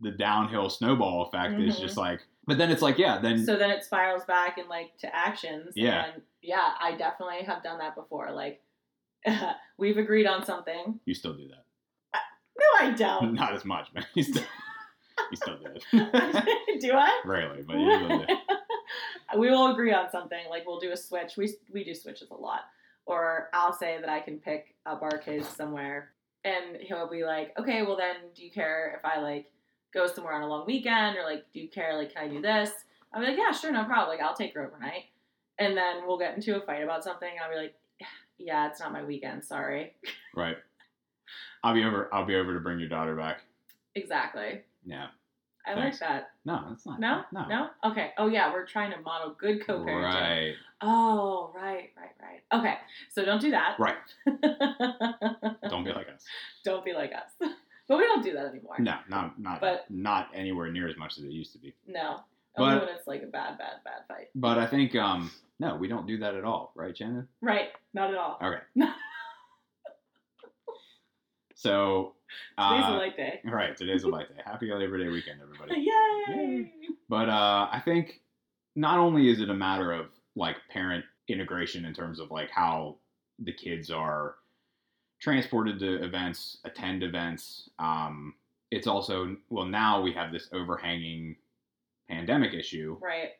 [SPEAKER 1] the downhill snowball effect. Is
[SPEAKER 2] Mhm.
[SPEAKER 1] just like, but then it's like, yeah, then
[SPEAKER 2] so then it spirals back and like to actions
[SPEAKER 1] Yeah.
[SPEAKER 2] and yeah i definitely have done that before like we've agreed on something
[SPEAKER 1] you still do that.
[SPEAKER 2] no i don't
[SPEAKER 1] Not as much, but you still you still do it.
[SPEAKER 2] do i
[SPEAKER 1] Rarely, but you still do. It.
[SPEAKER 2] we will agree on something like we'll do a switch we, we do switches a lot or i'll say that i can pick up our kids somewhere and he'll be like okay well then do you care if i like go somewhere on a long weekend or like do you care like can i do this i'll be like yeah sure no problem like i'll take her overnight and then we'll get into a fight about something and i'll be like yeah it's not my weekend sorry
[SPEAKER 1] Right. I'll be over. I'll be over to bring your daughter back.
[SPEAKER 2] exactly
[SPEAKER 1] Yeah.
[SPEAKER 2] i
[SPEAKER 1] Thanks.
[SPEAKER 2] like that
[SPEAKER 1] No, that's not.
[SPEAKER 2] no?
[SPEAKER 1] No.
[SPEAKER 2] no okay oh yeah we're trying to model good co-parenting
[SPEAKER 1] Right.
[SPEAKER 2] oh right right right okay so don't do that
[SPEAKER 1] Right.
[SPEAKER 2] don't
[SPEAKER 1] Don't be like us.
[SPEAKER 2] don't be like us. But we don't do that anymore.
[SPEAKER 1] No, not not
[SPEAKER 2] But-
[SPEAKER 1] not anywhere near as much as it used to be.
[SPEAKER 2] No. Only
[SPEAKER 1] But-
[SPEAKER 2] when it's like a bad, bad, bad fight.
[SPEAKER 1] But I think um no, we don't do that at all, right, Shannon?
[SPEAKER 2] Right. Not at all.
[SPEAKER 1] Okay. so
[SPEAKER 2] Today's a
[SPEAKER 1] uh,
[SPEAKER 2] light day.
[SPEAKER 1] all right, today's a light day. Happy Labor Day weekend, everybody.
[SPEAKER 2] Yay!
[SPEAKER 1] But uh, I think not only is it a matter of like parent integration in terms of like how the kids are transported to events, attend events. Um, it's also well now we have this overhanging pandemic issue
[SPEAKER 2] Right.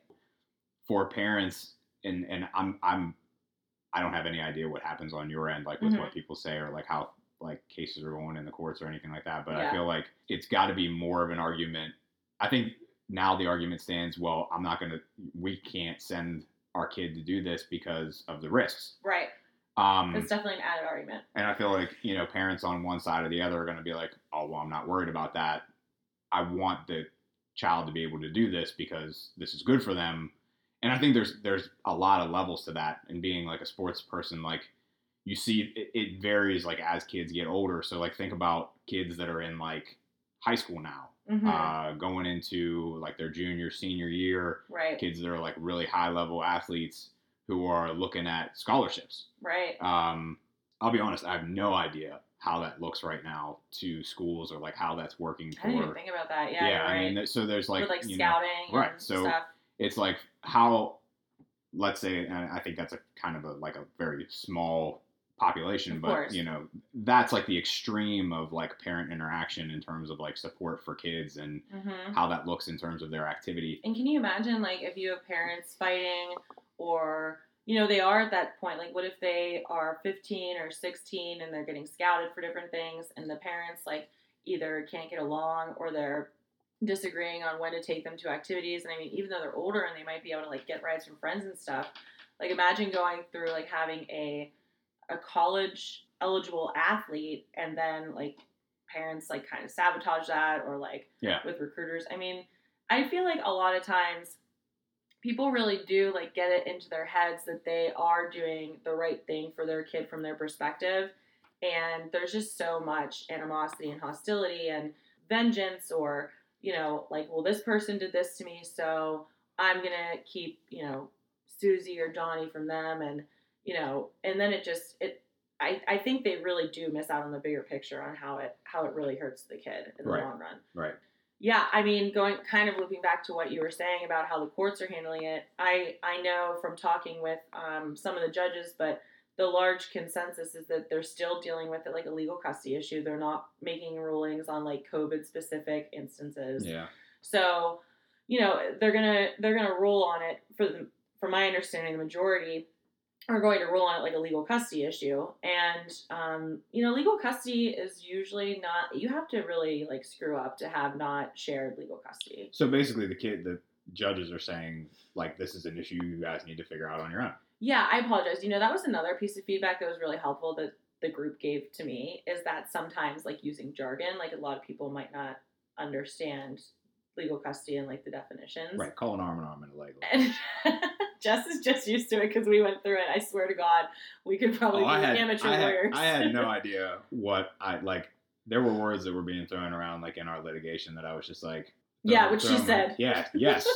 [SPEAKER 1] for parents and and I'm I'm I don't have any idea what happens on your end like with
[SPEAKER 2] Mhm.
[SPEAKER 1] what people say or like how like cases are going in the courts or anything like that but
[SPEAKER 2] Yeah.
[SPEAKER 1] I feel like it's got to be more of an argument I think now the argument stands well I'm not going to we can't send our kid to do this because of the risks
[SPEAKER 2] Right.
[SPEAKER 1] um
[SPEAKER 2] It's definitely an added argument.
[SPEAKER 1] and I feel like, you know, parents on one side or the other are going to be like, oh, well, I'm not worried about that. I want the child to be able to do this because this is good for them. And I think there's there's a lot of levels to that. And being like a sports person, like you see, it, it varies like as kids get older. So like think about kids that are in like high school now,
[SPEAKER 2] hmm
[SPEAKER 1] uh, going into like their junior, senior year.
[SPEAKER 2] right.
[SPEAKER 1] Kids that are like really high level athletes who are looking at scholarships.
[SPEAKER 2] Right.
[SPEAKER 1] Um, I'll be honest, I have no idea how that looks right now to schools or like how that's working
[SPEAKER 2] I
[SPEAKER 1] for.
[SPEAKER 2] didn't even think about that. Yeah.
[SPEAKER 1] yeah,
[SPEAKER 2] right.
[SPEAKER 1] I mean, th- so there's like,
[SPEAKER 2] With like
[SPEAKER 1] you know,
[SPEAKER 2] scouting
[SPEAKER 1] right,
[SPEAKER 2] and
[SPEAKER 1] so-
[SPEAKER 2] stuff.
[SPEAKER 1] it's like how, let's say, and I think that's a kind of a like a very small population,
[SPEAKER 2] Of
[SPEAKER 1] but
[SPEAKER 2] course.
[SPEAKER 1] you know, that's like the extreme of like parent interaction in terms of like support for kids and
[SPEAKER 2] hmm
[SPEAKER 1] how that looks in terms of their activity.
[SPEAKER 2] And can you imagine, like, if you have parents fighting, or you know, they are at that point. Like, what if they are 15 or 16 and they're getting scouted for different things, and the parents like either can't get along or they're disagreeing on when to take them to activities. And I mean, even though they're older and they might be able to like get rides from friends and stuff, like imagine going through like having a a college eligible athlete and then like parents like kind of sabotage that or like
[SPEAKER 1] Yeah.
[SPEAKER 2] with recruiters. I mean, I feel like a lot of times people really do like get it into their heads that they are doing the right thing for their kid from their perspective and there's just so much animosity and hostility and vengeance or you know like well this person did this to me so i'm gonna keep you know Susie or Johnny from them, and you know, and then it just it. I, I think they really do miss out on the bigger picture on how it how it really hurts the kid in the
[SPEAKER 1] Right.
[SPEAKER 2] long run.
[SPEAKER 1] Right.
[SPEAKER 2] Yeah, I mean, going kind of looping back to what you were saying about how the courts are handling it. I I know from talking with um, some of the judges, but the large consensus is that they're still dealing with it like a legal custody issue. They're not making rulings on like COVID specific instances.
[SPEAKER 1] Yeah.
[SPEAKER 2] So, you know, they're gonna they're gonna rule on it for the from my understanding, the majority are going to rule on it like a legal custody issue. And um, you know, legal custody is usually not you have to really like screw up to have not shared legal custody.
[SPEAKER 1] So basically, the kid, the judges are saying like this is an issue you guys need to figure out on your own.
[SPEAKER 2] Yeah, I apologize. You know, that was another piece of feedback that was really helpful that the group gave to me is that sometimes like using jargon, like a lot of people might not understand legal custody and like the definitions.
[SPEAKER 1] Right. Call an arm an arm and a leg. a leg.
[SPEAKER 2] And Jess is just used to it because we went through it. I swear to God, we could probably
[SPEAKER 1] Oh,
[SPEAKER 2] be
[SPEAKER 1] I had,
[SPEAKER 2] amateur
[SPEAKER 1] I, had,
[SPEAKER 2] lawyers.
[SPEAKER 1] I had no idea what I like. There were words that were being thrown around like in our litigation that I was just like,
[SPEAKER 2] yeah,
[SPEAKER 1] throwing-
[SPEAKER 2] which she
[SPEAKER 1] throwing, like,
[SPEAKER 2] said.
[SPEAKER 1] Yeah. Yes.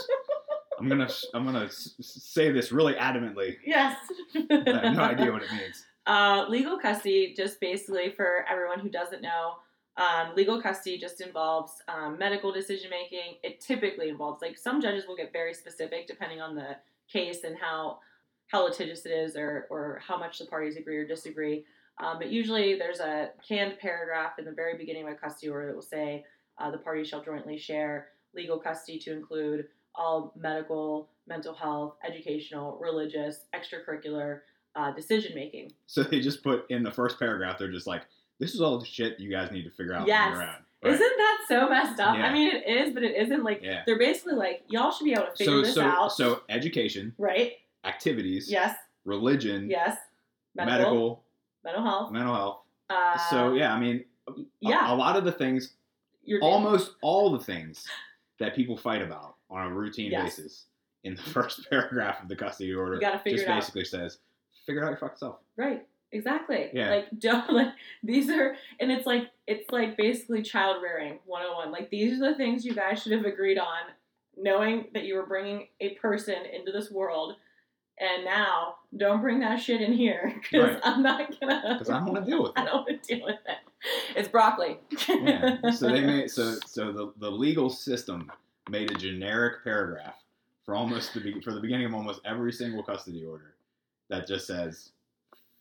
[SPEAKER 1] I'm gonna. I'm gonna s- s- say this really adamantly.
[SPEAKER 2] Yes.
[SPEAKER 1] I have no idea what it means.
[SPEAKER 2] Uh, legal custody, just basically for everyone who doesn't know, um, legal custody just involves um, medical decision making. It typically involves like some judges will get very specific depending on the case and how how litigious it is or or how much the parties agree or disagree. Um, but usually there's a canned paragraph in the very beginning of a custody order that will say uh, the parties shall jointly share legal custody to include all medical, mental health, educational, religious, extracurricular uh, decision making.
[SPEAKER 1] So they just put in the first paragraph. They're just like, this is all the shit you guys need to figure out on
[SPEAKER 2] Yes.
[SPEAKER 1] your own.
[SPEAKER 2] Isn't that so messed up?
[SPEAKER 1] Yeah.
[SPEAKER 2] I mean, it is, but it isn't. Like
[SPEAKER 1] Yeah.
[SPEAKER 2] they're basically like, y'all should be able to figure
[SPEAKER 1] so
[SPEAKER 2] this
[SPEAKER 1] so
[SPEAKER 2] out,
[SPEAKER 1] so education,
[SPEAKER 2] right?
[SPEAKER 1] activities,
[SPEAKER 2] Yes,
[SPEAKER 1] religion,
[SPEAKER 2] yes. Medical,
[SPEAKER 1] medical,
[SPEAKER 2] mental health.
[SPEAKER 1] mental health.
[SPEAKER 2] Uh,
[SPEAKER 1] so yeah, I mean, a-
[SPEAKER 2] yeah,
[SPEAKER 1] a, lot of the things,
[SPEAKER 2] you're
[SPEAKER 1] almost all the things that people fight about on a routine
[SPEAKER 2] Yes.
[SPEAKER 1] basis in the first paragraph of the custody order
[SPEAKER 2] You gotta figure
[SPEAKER 1] just
[SPEAKER 2] it out.
[SPEAKER 1] basically says, figure it out your fucking self.
[SPEAKER 2] Right. Exactly.
[SPEAKER 1] Yeah.
[SPEAKER 2] Like don't like these are and it's like it's like basically child rearing 101. Like these are the things you guys should have agreed on knowing that you were bringing a person into this world and now don't bring that shit in here cuz
[SPEAKER 1] Right.
[SPEAKER 2] I'm not going to
[SPEAKER 1] Because I don't want to deal with
[SPEAKER 2] I
[SPEAKER 1] it.
[SPEAKER 2] don't want to deal with it. It's broccoli.
[SPEAKER 1] yeah. So they made so so the, the legal system made a generic paragraph for almost the be- for the beginning of almost every single custody order that just says,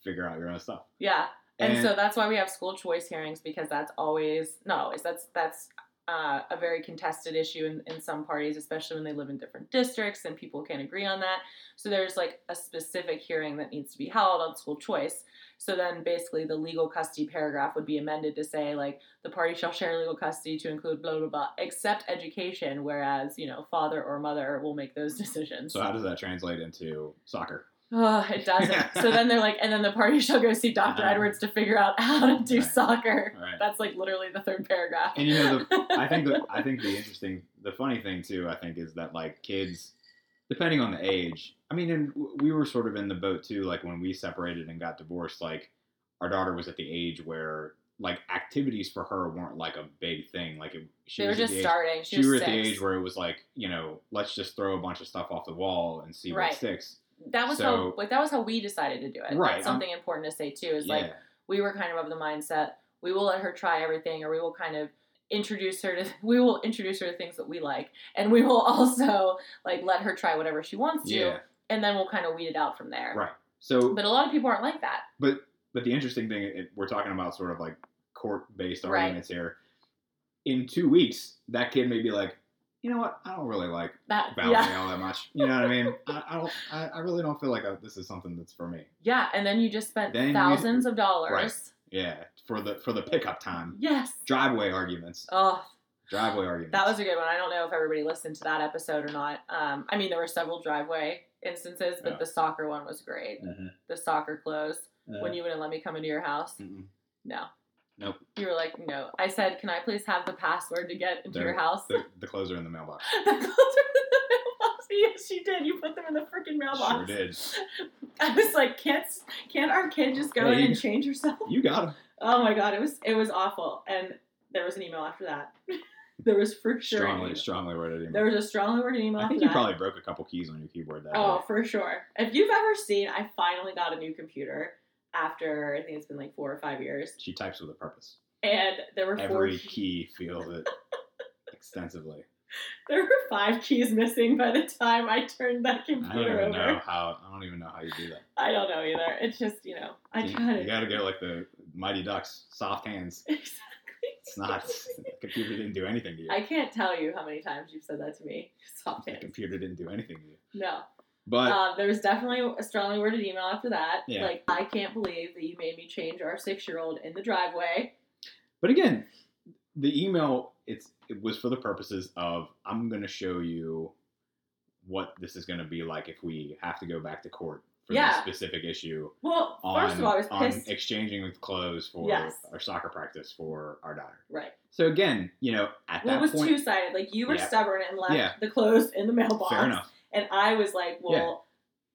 [SPEAKER 1] figure out your own stuff.
[SPEAKER 2] Yeah. And, so that's why we have school choice hearings because that's always no, it's that's that's uh, a very contested issue in, in some parties, especially when they live in different districts and people can't agree on that. So there's like a specific hearing that needs to be held on school choice. So then basically the legal custody paragraph would be amended to say like the party shall share legal custody to include blah blah blah except education, whereas, you know, father or mother will make those decisions.
[SPEAKER 1] so how does that translate into soccer?
[SPEAKER 2] Oh, it doesn't. so then they're like, and then the party shall go see Dr.
[SPEAKER 1] Uh-huh.
[SPEAKER 2] Edwards to figure out how to do
[SPEAKER 1] Right.
[SPEAKER 2] soccer.
[SPEAKER 1] All right.
[SPEAKER 2] That's like literally the third paragraph.
[SPEAKER 1] And you know, the, I think the I think the interesting, the funny thing too, I think is that like kids, depending on the age. I mean, and w- we were sort of in the boat too. Like when we separated and got divorced, like our daughter was at the age where like activities for her weren't like a big thing. Like it, she
[SPEAKER 2] they were
[SPEAKER 1] was at
[SPEAKER 2] just
[SPEAKER 1] the age-
[SPEAKER 2] starting. She,
[SPEAKER 1] She
[SPEAKER 2] was
[SPEAKER 1] was at
[SPEAKER 2] six.
[SPEAKER 1] the age where it was like you know, let's just throw a bunch of stuff off the wall and see
[SPEAKER 2] Right.
[SPEAKER 1] what sticks.
[SPEAKER 2] that was
[SPEAKER 1] so-
[SPEAKER 2] how like that was how we decided to do it.
[SPEAKER 1] Right,
[SPEAKER 2] That's something important to say too is
[SPEAKER 1] yeah,
[SPEAKER 2] like we were kind of of the mindset we will let her try everything or we will kind of introduce her to we will introduce her to things that we like and we will also like let her try whatever she wants to
[SPEAKER 1] yeah,
[SPEAKER 2] and then we'll kind of weed it out from there.
[SPEAKER 1] right. So,
[SPEAKER 2] But a lot of people aren't like that.
[SPEAKER 1] But but the interesting thing it, we're talking about sort of like court based
[SPEAKER 2] Right.
[SPEAKER 1] arguments here. In two weeks, that kid may be like, you know what? I don't really like
[SPEAKER 2] That
[SPEAKER 1] ballet
[SPEAKER 2] yeah.
[SPEAKER 1] all that much. You know what I mean? I, I don't. I, I really don't feel like uh this is something that's for me.
[SPEAKER 2] Yeah, and then you just spent
[SPEAKER 1] Then you-
[SPEAKER 2] thousands of dollars.
[SPEAKER 1] Yeah, for the for the pickup time,
[SPEAKER 2] Yes.
[SPEAKER 1] driveway arguments,
[SPEAKER 2] Oh,
[SPEAKER 1] driveway arguments.
[SPEAKER 2] that was a good one. I don't know if everybody listened to that episode or not. Um, I mean, there were several driveway instances, but
[SPEAKER 1] Yeah.
[SPEAKER 2] the soccer one was great.
[SPEAKER 1] Mhm.
[SPEAKER 2] The soccer close
[SPEAKER 1] Uh,
[SPEAKER 2] when you wouldn't let me come into your house.
[SPEAKER 1] mm-mm.
[SPEAKER 2] No.
[SPEAKER 1] Mm. Nope.
[SPEAKER 2] You were like, no. I said, can I please have the password to get into your
[SPEAKER 1] There-
[SPEAKER 2] house?
[SPEAKER 1] the, the closer in the mailbox.
[SPEAKER 2] The clothes are in the mailbox. Yes, she did. You put them in the freaking mailbox.
[SPEAKER 1] Sure did.
[SPEAKER 2] I was like, can't can't our kid just go
[SPEAKER 1] Yeah,
[SPEAKER 2] in
[SPEAKER 1] you
[SPEAKER 2] and
[SPEAKER 1] can-
[SPEAKER 2] change herself?
[SPEAKER 1] You got 'em.
[SPEAKER 2] Oh my god, it was it was awful. And there was an email after that. There was for sure.
[SPEAKER 1] strongly, strongly worded email.
[SPEAKER 2] There was a strongly worded email.
[SPEAKER 1] I think
[SPEAKER 2] for
[SPEAKER 1] you
[SPEAKER 2] that.
[SPEAKER 1] probably broke a couple keys on your keyboard that
[SPEAKER 2] Oh, for sure. If you've ever seen, I finally got a new computer after I think it's been like four or five years,
[SPEAKER 1] She types with a purpose.
[SPEAKER 2] and there were four.
[SPEAKER 1] Every key feels it extensively.
[SPEAKER 2] There were five keys missing by the time I turned that
[SPEAKER 1] I don't
[SPEAKER 2] computer
[SPEAKER 1] even
[SPEAKER 2] over.
[SPEAKER 1] know how. I don't even know how you do that.
[SPEAKER 2] I don't know either. It's just you know I
[SPEAKER 1] you,
[SPEAKER 2] tried
[SPEAKER 1] you
[SPEAKER 2] it.
[SPEAKER 1] gotta go like the Mighty Ducks, soft hands.
[SPEAKER 2] Exactly.
[SPEAKER 1] It's not. the computer didn't do anything to you.
[SPEAKER 2] I can't tell you how many times you've said that to me. Soft
[SPEAKER 1] the
[SPEAKER 2] hands.
[SPEAKER 1] computer didn't do anything to you.
[SPEAKER 2] No.
[SPEAKER 1] But
[SPEAKER 2] Um, there was definitely a strongly worded email after that.
[SPEAKER 1] Yeah.
[SPEAKER 2] Like, I can't believe that you made me change our six year old in the driveway.
[SPEAKER 1] but again, the email it's it was for the purposes of I'm gonna show you what this is gonna be like if we have to go back to court for this
[SPEAKER 2] Yeah.
[SPEAKER 1] specific issue.
[SPEAKER 2] Well,
[SPEAKER 1] On,
[SPEAKER 2] first of all, I was
[SPEAKER 1] on
[SPEAKER 2] pissed.
[SPEAKER 1] exchanging with clothes for
[SPEAKER 2] Yes.
[SPEAKER 1] our soccer practice for our daughter.
[SPEAKER 2] right.
[SPEAKER 1] So again, you know, at
[SPEAKER 2] Well, it
[SPEAKER 1] that
[SPEAKER 2] was
[SPEAKER 1] point,
[SPEAKER 2] two sided. Like, you were
[SPEAKER 1] Yeah.
[SPEAKER 2] stubborn and left
[SPEAKER 1] Yeah.
[SPEAKER 2] the clothes in the mailbox.
[SPEAKER 1] fair enough.
[SPEAKER 2] And I was like, well,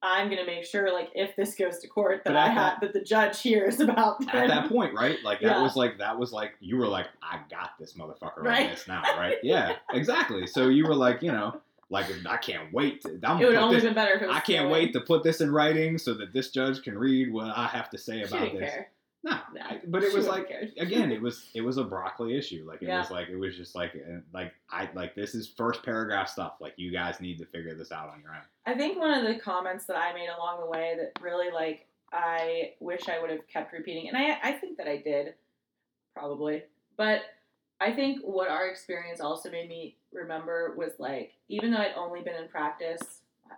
[SPEAKER 2] I'm going to make sure, like, if this goes to court, that
[SPEAKER 1] But
[SPEAKER 2] I
[SPEAKER 1] at
[SPEAKER 2] have, that the judge hears about them.
[SPEAKER 1] at that point, right? Like that
[SPEAKER 2] Yeah.
[SPEAKER 1] was like that was like you were like, I got this motherfucker on
[SPEAKER 2] Right.
[SPEAKER 1] this now, right? Yeah, exactly. So you were like, you know, like I can't wait. To, I'm
[SPEAKER 2] it would
[SPEAKER 1] put
[SPEAKER 2] only
[SPEAKER 1] this,
[SPEAKER 2] have been better if it was
[SPEAKER 1] I can't
[SPEAKER 2] still-
[SPEAKER 1] wait to put this in writing so that this judge can read what I have to say
[SPEAKER 2] She
[SPEAKER 1] about
[SPEAKER 2] didn't
[SPEAKER 1] this.
[SPEAKER 2] care.
[SPEAKER 1] No,
[SPEAKER 2] No,
[SPEAKER 1] I- but it
[SPEAKER 2] she
[SPEAKER 1] was
[SPEAKER 2] wouldn't
[SPEAKER 1] like
[SPEAKER 2] have cared.
[SPEAKER 1] again, it was it was a broccoli issue. Like it
[SPEAKER 2] Yeah.
[SPEAKER 1] was like it was just like uh, like I like this is first paragraph stuff. Like you guys need to figure this out on your own.
[SPEAKER 2] I think one of the comments that I made along the way that really like I wish I would have kept repeating, and I I think that I did, probably, but I think what our experience also made me remember was like even though I'd only been in practice,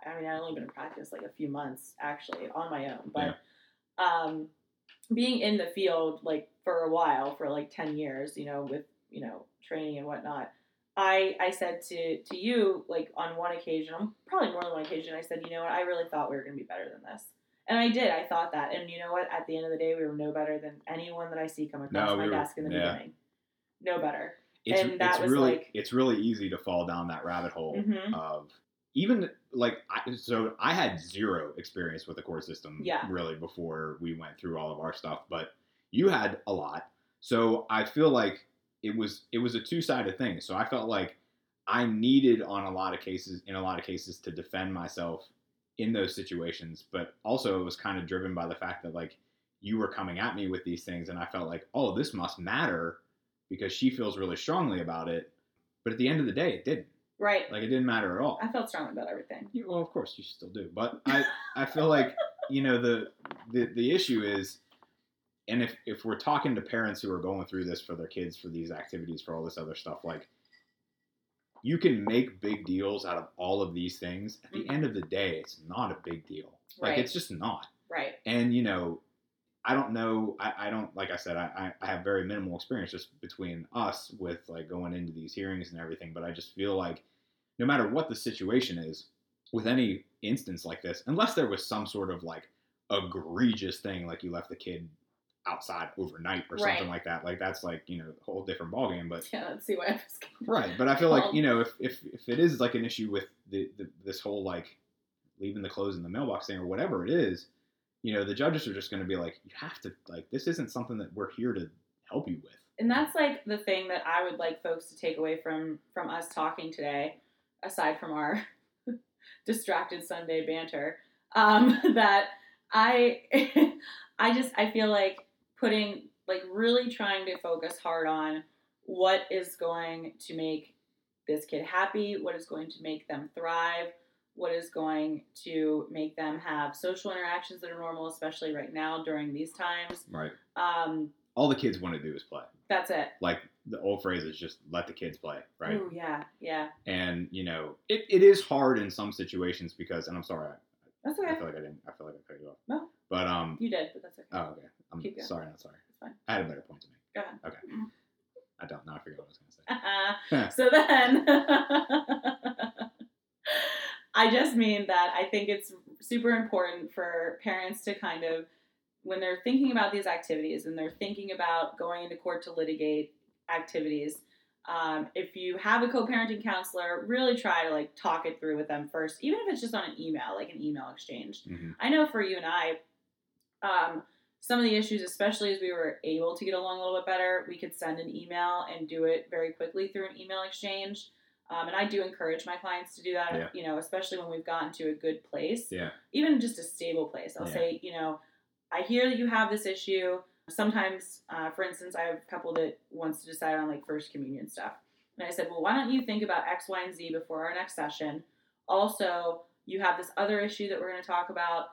[SPEAKER 2] I mean I'd only been in practice like a few months actually on my own, but um, being in the field like for a while for like ten years, you know, with you know training and whatnot. I, I said to, to you, like on one occasion, probably more than one occasion, I said, you know what, I really thought we were going to be better than this. And I did. I thought that. And you know what? At the end of the day, we were no better than anyone that I see come across
[SPEAKER 1] No,
[SPEAKER 2] my
[SPEAKER 1] we were-
[SPEAKER 2] desk in the
[SPEAKER 1] yeah.
[SPEAKER 2] beginning. No better.
[SPEAKER 1] It's,
[SPEAKER 2] And that
[SPEAKER 1] it's
[SPEAKER 2] was
[SPEAKER 1] really
[SPEAKER 2] like-
[SPEAKER 1] it's really easy to fall down that rabbit hole.
[SPEAKER 2] hmm
[SPEAKER 1] of even like I, so I had zero experience with the core system
[SPEAKER 2] Yeah.
[SPEAKER 1] really before we went through all of our stuff, but you had a lot. So I feel like it was it was a two sided thing. So I felt like I needed on a lot of cases in a lot of cases to defend myself in those situations, but also it was kind of driven by the fact that like you were coming at me with these things and I felt like, oh, this must matter because she feels really strongly about it. But at the end of the day it didn't.
[SPEAKER 2] Right.
[SPEAKER 1] Like it didn't matter at all.
[SPEAKER 2] I felt strongly about everything.
[SPEAKER 1] You, well, of course, you still do, but I, I feel like you know the, the the issue is, and if if we're talking to parents who are going through this for their kids for these activities for all this other stuff, like you can make big deals out of all of these things. At the end of the day, it's not a big deal. Like
[SPEAKER 2] Mm-hmm. Right.
[SPEAKER 1] it's just not
[SPEAKER 2] Right.
[SPEAKER 1] and you know i don't know i, I don't like i said I, I I have very minimal experience just between us with like going into these hearings and everything but i just feel like no matter what the situation is with any instance like this unless there was some sort of like egregious thing like you left the kid outside overnight or something
[SPEAKER 2] Right.
[SPEAKER 1] like that like that's like you know a whole different ballgame but
[SPEAKER 2] Yeah, let's see what happens.
[SPEAKER 1] Right, but I feel like
[SPEAKER 2] Um,
[SPEAKER 1] you know if, if if it is like an issue with the, the this whole like leaving the clothes in the mailbox thing or whatever it is, you know the judges are just going to be like, you have to like this isn't something that we're here to help you with.
[SPEAKER 2] and that's like the thing that I would like folks to take away from from us talking today, aside from our distracted Sunday banter. Um, that I I just I feel like putting like really trying to focus hard on what is going to make this kid happy, what is going to make them thrive, what is going to make them have social interactions that are normal, especially right now during these times.
[SPEAKER 1] Right.
[SPEAKER 2] Um,
[SPEAKER 1] All the kids want to do is play.
[SPEAKER 2] that's it.
[SPEAKER 1] Like the old phrase is just let the kids play. Right.
[SPEAKER 2] Oh yeah, yeah.
[SPEAKER 1] And you know it, it is hard in some situations because and I'm sorry
[SPEAKER 2] That's
[SPEAKER 1] I, I
[SPEAKER 2] okay.
[SPEAKER 1] feel like I didn't I feel like I cut you off.
[SPEAKER 2] No.
[SPEAKER 1] But um.
[SPEAKER 2] You did, but that's okay.
[SPEAKER 1] Oh okay. I'm
[SPEAKER 2] Keep going.
[SPEAKER 1] sorry, not sorry.
[SPEAKER 2] It's fine.
[SPEAKER 1] I had a better point to make.
[SPEAKER 2] Go ahead. Mm-hmm.
[SPEAKER 1] I don't. Now I forget what I was going to say.
[SPEAKER 2] Uh-uh. so then, I just mean that I think it's super important for parents to kind of, when they're thinking about these activities and they're thinking about going into court to litigate activities, um, if you have a co-parenting counselor, really try to like talk it through with them first,
[SPEAKER 1] Mm-hmm.
[SPEAKER 2] even if it's just on an email, like an email exchange.
[SPEAKER 1] Mhm.
[SPEAKER 2] I know for you and I, um, some of the issues, especially as we were able to get along a little bit better, we could send an email and do it very quickly through an email exchange. Um, and I do encourage my clients to do that,
[SPEAKER 1] Yeah.
[SPEAKER 2] you know, especially when we've gotten to a good place,
[SPEAKER 1] Yeah.
[SPEAKER 2] even just a stable place. I'll
[SPEAKER 1] Yeah.
[SPEAKER 2] say, you know, I hear that you have this issue. Sometimes, uh, for instance, I have a couple that wants to decide on like first communion stuff. And I said, well, why don't you think about X, Y, and Z before our next session? Also, you have this other issue that we're going to talk about.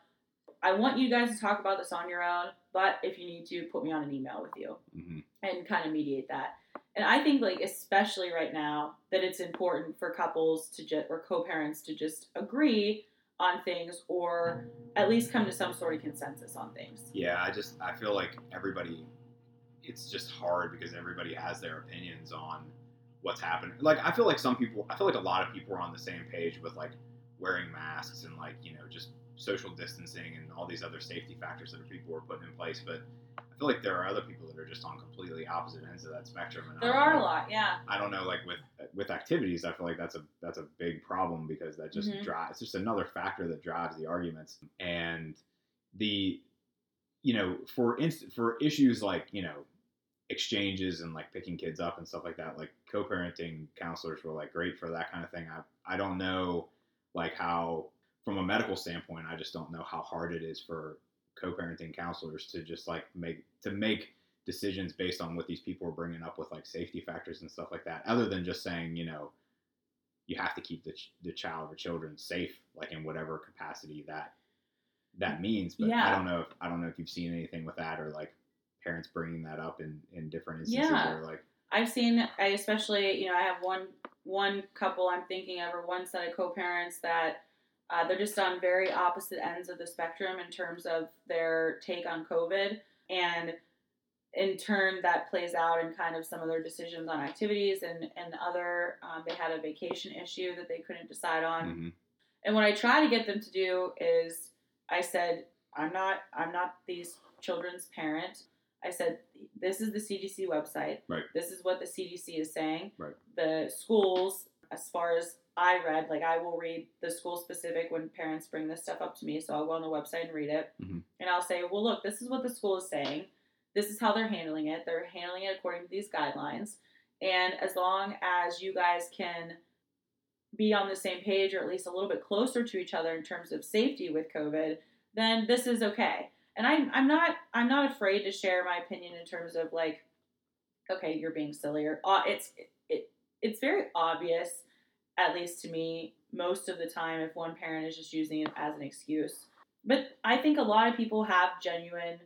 [SPEAKER 2] I want you guys to talk about this on your own, but if you need to, put me on an email with you
[SPEAKER 1] hmm
[SPEAKER 2] and kind of mediate that. And I think, like, especially right now, that it's important for couples to just, or co parents to just agree on things or at least come to some sort of consensus on things.
[SPEAKER 1] Yeah, I just I feel like everybody it's just hard because everybody has their opinions on what's happening. Like I feel like some people I feel like a lot of people are on the same page with like wearing masks and like, you know, just social distancing and all these other safety factors that people were putting in place, but I feel like there are other people that are just on completely opposite ends of that spectrum. And I
[SPEAKER 2] There
[SPEAKER 1] don't
[SPEAKER 2] are
[SPEAKER 1] know.
[SPEAKER 2] a lot, yeah.
[SPEAKER 1] I don't know, like with with activities, I feel like that's a that's a big problem because that just
[SPEAKER 2] Mhm.
[SPEAKER 1] drives. It's just another factor that drives the arguments and the, you know, for instance, for issues like you know, exchanges and like picking kids up and stuff like that. Like co-parenting counselors were like great for that kind of thing. I I don't know, like how from a medical standpoint, I just don't know how hard it is for co-parenting counselors to just like make to make decisions based on what these people are bringing up with like safety factors and stuff like that other than just saying you know you have to keep the, ch- the child or children safe like in whatever capacity that that means but i
[SPEAKER 2] Yeah.
[SPEAKER 1] don't know if i don't know if you've seen anything with that or like parents bringing that up in in different instances
[SPEAKER 2] Yeah.
[SPEAKER 1] or like
[SPEAKER 2] I've seen, I especially, you know, I have one one couple I'm thinking of, or one set of co-parents that uh, they're just on very opposite ends of the spectrum in terms of their take on COVID, and in turn that plays out in kind of some of their decisions on activities and and other. Um, they had a vacation issue that they couldn't decide on.
[SPEAKER 1] mhm,
[SPEAKER 2] And what I try to get them to do is I said, I'm not I'm not these children's parent. I said this is the CDC website.
[SPEAKER 1] Right.
[SPEAKER 2] This is what the CDC is saying.
[SPEAKER 1] Right.
[SPEAKER 2] The schools as far as I read, like I will read the school specific when parents bring this stuff up to me, so I'll go on the website and read it.
[SPEAKER 1] Mhm.
[SPEAKER 2] And I'll say, "Well, look, this is what the school is saying. This is how they're handling it. They're handling it according to these guidelines." And as long as you guys can be on the same page or at least a little bit closer to each other in terms of safety with COVID, then this is okay. And I'm I'm not I'm not afraid to share my opinion in terms of like, okay, you're being silly or uh, it's it it's very obvious, at least to me, most of the time if one parent is just using it as an excuse. But I think a lot of people have genuine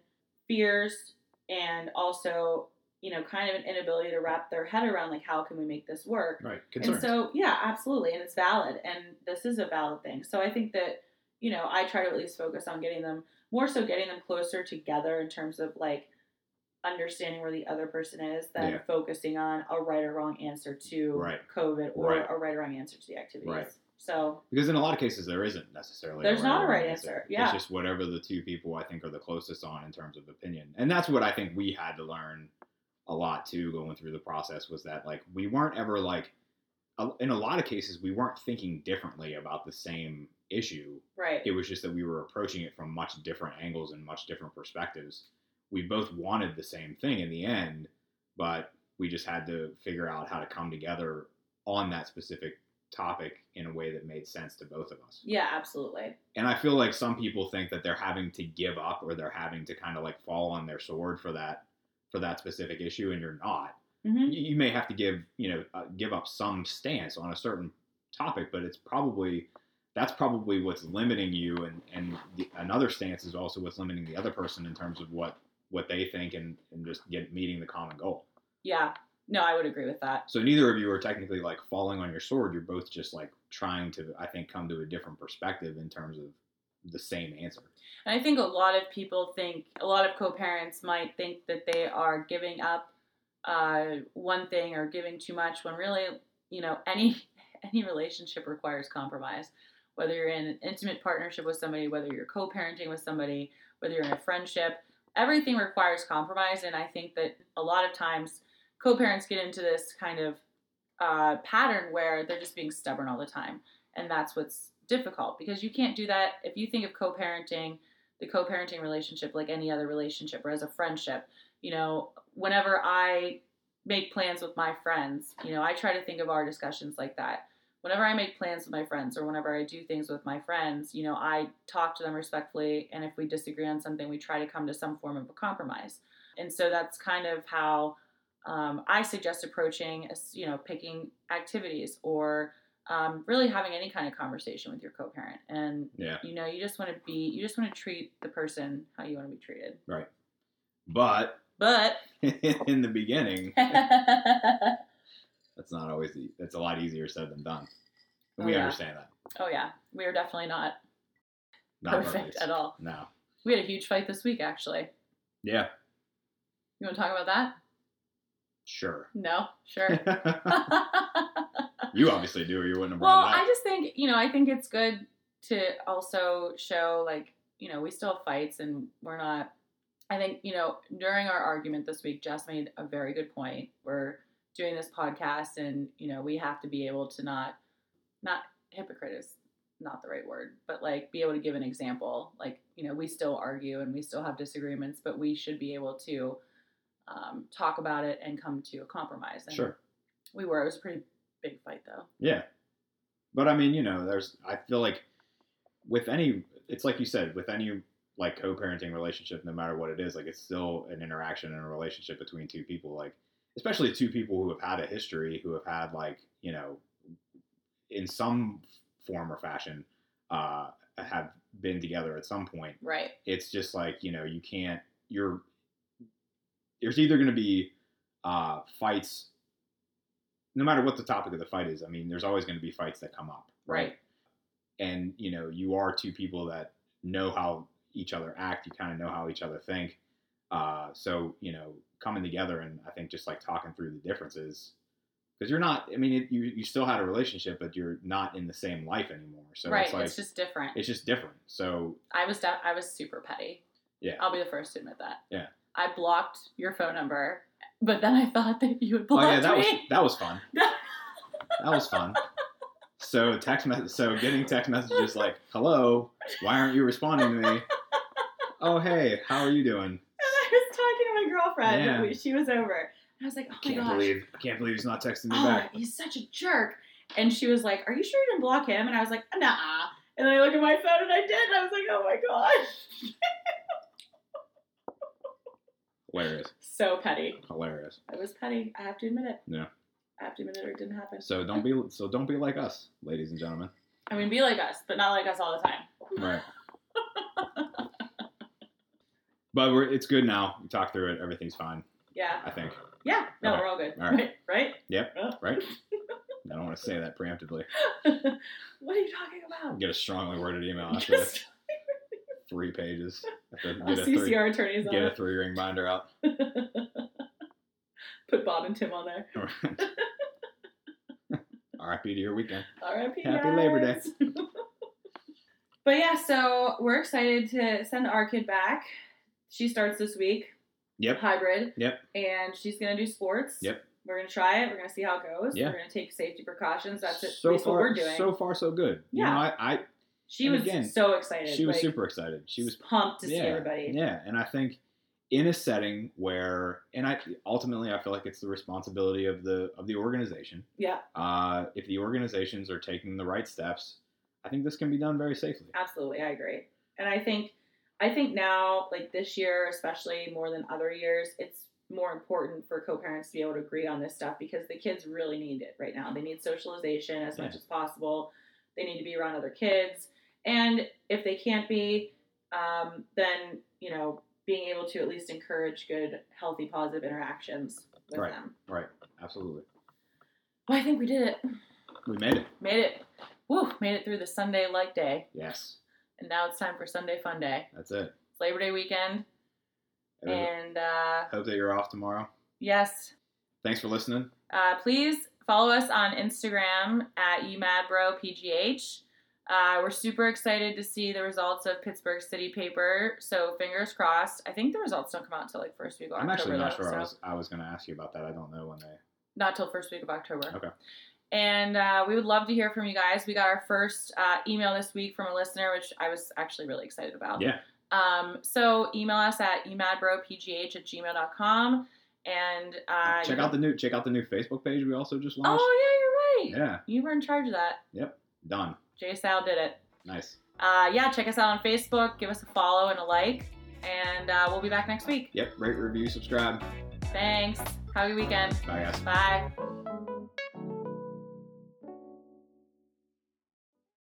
[SPEAKER 2] fears and also you know kind of an inability to wrap their head around like how can we make this work
[SPEAKER 1] right concerns
[SPEAKER 2] and so, yeah, absolutely. And it's valid. And this is a valid thing. So I think that, you know, I try to at least focus on getting them more so getting them closer together in terms of like understanding where the other person is than
[SPEAKER 1] Yeah.
[SPEAKER 2] focusing on a right or wrong answer to
[SPEAKER 1] Right.
[SPEAKER 2] COVID or
[SPEAKER 1] Right.
[SPEAKER 2] a right or wrong answer to the activities.
[SPEAKER 1] Right.
[SPEAKER 2] So,
[SPEAKER 1] because in a lot of cases there isn't necessarily
[SPEAKER 2] There's not a
[SPEAKER 1] or wrong
[SPEAKER 2] right answer, yeah.
[SPEAKER 1] it's just whatever the two people i think are the closest on in terms of opinion and that's what i think we had to learn a lot too going through the process was that like we weren't ever like a- in a lot of cases we weren't thinking differently about the same issue
[SPEAKER 2] right.
[SPEAKER 1] it was just that we were approaching it from much different angles and much different perspectives. We both wanted the same thing in the end, but we just had to figure out how to come together on that specific topic in a way that made sense to both of us.
[SPEAKER 2] Yeah, absolutely.
[SPEAKER 1] And I feel like some people think that they're having to give up or they're having to kind of like fall on their sword for that for that specific issue and you're not
[SPEAKER 2] hmm
[SPEAKER 1] you you may have to give you know uh, give up some stance on a certain topic but it's probably that's probably what's limiting you and and the, another stance is also what's limiting the other person in terms of what what they think and and just get meeting the common goal
[SPEAKER 2] Yeah. No, I would agree with that.
[SPEAKER 1] so neither of you are technically like falling on your sword you're both just like trying to i think come to a different perspective in terms of the same answer
[SPEAKER 2] And I think a lot of people think, a lot of co parents might think that they are giving up uh, one thing or giving too much when really, you know, any any relationship requires compromise. Whether you're in an intimate partnership with somebody, whether you're co parenting with somebody, whether you're in a friendship, everything requires compromise. And I think that a lot of times co parents get into this kind of uh, pattern where they're just being stubborn all the time. And that's what's difficult because you can't do that. If you think of co parenting, the co-parenting relationship like any other relationship or as a friendship you know whenever i make plans with my friends you know i try to think of our discussions like that whenever i make plans with my friends or whenever i do things with my friends you know i talk to them respectfully and if we disagree on something we try to come to some form of a compromise and so that's kind of how um, i suggest approaching you know picking activities or um, really having any kind of conversation with your co-parent and
[SPEAKER 1] Yeah.
[SPEAKER 2] you know you just want to be you just want to treat the person how you want to be treated
[SPEAKER 1] Right. But
[SPEAKER 2] but
[SPEAKER 1] in the beginning,
[SPEAKER 2] oh
[SPEAKER 1] that's not always the, that's a lot easier said than done. And
[SPEAKER 2] Oh,
[SPEAKER 1] we
[SPEAKER 2] yeah.
[SPEAKER 1] understand that.
[SPEAKER 2] Oh, yeah we are definitely not,
[SPEAKER 1] Not
[SPEAKER 2] perfect at all
[SPEAKER 1] No.
[SPEAKER 2] we had a huge fight this week actually
[SPEAKER 1] Yeah.
[SPEAKER 2] you want to talk about that
[SPEAKER 1] Sure.
[SPEAKER 2] no sure
[SPEAKER 1] you obviously do, or you wouldn't have
[SPEAKER 2] well
[SPEAKER 1] brought it
[SPEAKER 2] i
[SPEAKER 1] up.
[SPEAKER 2] just think you know i think it's good to also show like you know we still have fights and we're not i think you know during our argument this week jess made a very good point we're doing this podcast and you know we have to be able to not not hypocrite is not the right word but like be able to give an example like you know we still argue and we still have disagreements but we should be able to um, talk about it and come to a compromise and
[SPEAKER 1] sure.
[SPEAKER 2] we were it was a pretty big fight though
[SPEAKER 1] Yeah. But I mean, you know, there's I feel like with any it's like you said, with any like co-parenting relationship no matter what it is, like it's still an interaction and a relationship between two people like especially two people who have had a history, who have had like, you know, in some form or fashion uh have been together at some point
[SPEAKER 2] right
[SPEAKER 1] it's just like you know you can't you're there's either going to be uh, fights no matter what the topic of the fight is i mean there's always going to be fights that come up
[SPEAKER 2] Right.
[SPEAKER 1] and you know you are two people that know how each other act you kind of know how each other think uh, so you know coming together and i think just like talking through the differences because you're not i mean it, you, you still had a relationship but you're not in the same life anymore so
[SPEAKER 2] right.
[SPEAKER 1] it's like
[SPEAKER 2] it's just different.
[SPEAKER 1] it's just different so
[SPEAKER 2] I was def- I was super petty.
[SPEAKER 1] Yeah.
[SPEAKER 2] I'll be the first to admit that.
[SPEAKER 1] Yeah.
[SPEAKER 2] I blocked your phone number, but then I thought that you had blocked
[SPEAKER 1] oh yeah, that
[SPEAKER 2] me.
[SPEAKER 1] was that was fun. That was fun. So text me- so getting text messages like, "Hello, why aren't you responding to me?" Oh hey, how are you doing?
[SPEAKER 2] and I was talking to my girlfriend.
[SPEAKER 1] Yeah.
[SPEAKER 2] we- She was over. And I was like, oh my
[SPEAKER 1] Can't
[SPEAKER 2] gosh,
[SPEAKER 1] believe can't believe he's not texting me
[SPEAKER 2] oh,
[SPEAKER 1] back.
[SPEAKER 2] he's such a jerk. And she was like, are you sure you didn't block him? And I was like, nah. And then I look at my phone and I did. And I was like, oh my gosh,
[SPEAKER 1] Hilarious,
[SPEAKER 2] so petty.
[SPEAKER 1] hilarious.
[SPEAKER 2] I was petty. I have to admit it.
[SPEAKER 1] Yeah.
[SPEAKER 2] I have to admit it, or it didn't happen.
[SPEAKER 1] So don't be so don't be like us, ladies and gentlemen.
[SPEAKER 2] I mean, be like us, but not like us all the time.
[SPEAKER 1] Right. But we're, it's good now. We talked through it. Everything's fine.
[SPEAKER 2] Yeah.
[SPEAKER 1] I think.
[SPEAKER 2] Yeah, no,
[SPEAKER 1] Okay.
[SPEAKER 2] we're all good.
[SPEAKER 1] All right.
[SPEAKER 2] Right?
[SPEAKER 1] Yep.
[SPEAKER 2] Uh.
[SPEAKER 1] Right. I don't want to say that preemptively.
[SPEAKER 2] What are you talking about?
[SPEAKER 1] Get a strongly worded email after this.
[SPEAKER 2] Just
[SPEAKER 1] three pages. Have to
[SPEAKER 2] I'll
[SPEAKER 1] Get a
[SPEAKER 2] CC
[SPEAKER 1] three,
[SPEAKER 2] our attorneys on
[SPEAKER 1] get a
[SPEAKER 2] it.
[SPEAKER 1] three ring binder out.
[SPEAKER 2] Put Bob and Tim on there.
[SPEAKER 1] R.I.P. to your weekend.
[SPEAKER 2] R.I.P.
[SPEAKER 1] Happy Labor Day.
[SPEAKER 2] guys. but yeah, so we're excited to send our kid back. She starts this week,
[SPEAKER 1] Yep.
[SPEAKER 2] hybrid.
[SPEAKER 1] Yep.
[SPEAKER 2] And she's gonna do sports.
[SPEAKER 1] Yep.
[SPEAKER 2] We're gonna try it. We're gonna see how it goes.
[SPEAKER 1] Yeah.
[SPEAKER 2] We're gonna take safety precautions. That's it.
[SPEAKER 1] So
[SPEAKER 2] That's
[SPEAKER 1] far,
[SPEAKER 2] what we're doing.
[SPEAKER 1] so far, so good. You
[SPEAKER 2] Yeah.
[SPEAKER 1] know, I,
[SPEAKER 2] she
[SPEAKER 1] and
[SPEAKER 2] was
[SPEAKER 1] again,
[SPEAKER 2] so
[SPEAKER 1] I
[SPEAKER 2] excited.
[SPEAKER 1] she was
[SPEAKER 2] like,
[SPEAKER 1] super excited. She was
[SPEAKER 2] pumped to
[SPEAKER 1] yeah,
[SPEAKER 2] see everybody.
[SPEAKER 1] Yeah, and I think in a setting where, and I ultimately I feel like it's the responsibility of the of the organization.
[SPEAKER 2] Yeah,
[SPEAKER 1] Uh, if the organizations are taking the right steps, I think this can be done very safely.
[SPEAKER 2] Absolutely, I agree. And I think I think now, like this year, especially more than other years, it's more important for co-parents to be able to agree on this stuff because the kids really need it right now. They need socialization as much
[SPEAKER 1] Yeah.
[SPEAKER 2] as possible. They need to be around other kids, and if they can't be, um, then you know, being able to at least encourage good, healthy, positive interactions with
[SPEAKER 1] Right.
[SPEAKER 2] them.
[SPEAKER 1] Right. Absolutely.
[SPEAKER 2] Well, I think we did it.
[SPEAKER 1] We made it.
[SPEAKER 2] Made it. Woo! Made it through the Sunday like day,
[SPEAKER 1] Yes.
[SPEAKER 2] and now it's time for Sunday fun day.
[SPEAKER 1] That's it.
[SPEAKER 2] It's Labor Day weekend. And uh,
[SPEAKER 1] Hope that you're off tomorrow.
[SPEAKER 2] yes,
[SPEAKER 1] Thanks for listening.
[SPEAKER 2] uh, please follow us on Instagram at umadbropgh. Uh, we're super excited to see the results of Pittsburgh City Paper. So fingers crossed. I think the results don't come out till like first week of
[SPEAKER 1] I'm
[SPEAKER 2] October.
[SPEAKER 1] actually not
[SPEAKER 2] though,
[SPEAKER 1] sure.
[SPEAKER 2] so-
[SPEAKER 1] I was I was going to ask you about that. I don't know when they.
[SPEAKER 2] not till first week of October.
[SPEAKER 1] Okay.
[SPEAKER 2] And uh, we would love to hear from you guys. We got our first uh, email this week from a listener, which I was actually really excited about.
[SPEAKER 1] Yeah.
[SPEAKER 2] Um, so email us at emadbropgh at gmail.com. And uh,
[SPEAKER 1] check out the new check out the new Facebook page we also just launched.
[SPEAKER 2] Oh, yeah, you're right.
[SPEAKER 1] yeah,
[SPEAKER 2] You were in charge of that.
[SPEAKER 1] done.
[SPEAKER 2] Jay Sal did it.
[SPEAKER 1] Nice.
[SPEAKER 2] Uh, yeah, check us out on Facebook. Give us a follow and a like. And uh, we'll be back next week.
[SPEAKER 1] Yep. Rate, review, subscribe.
[SPEAKER 2] Thanks. Have a good weekend.
[SPEAKER 1] Bye guys.
[SPEAKER 2] Bye.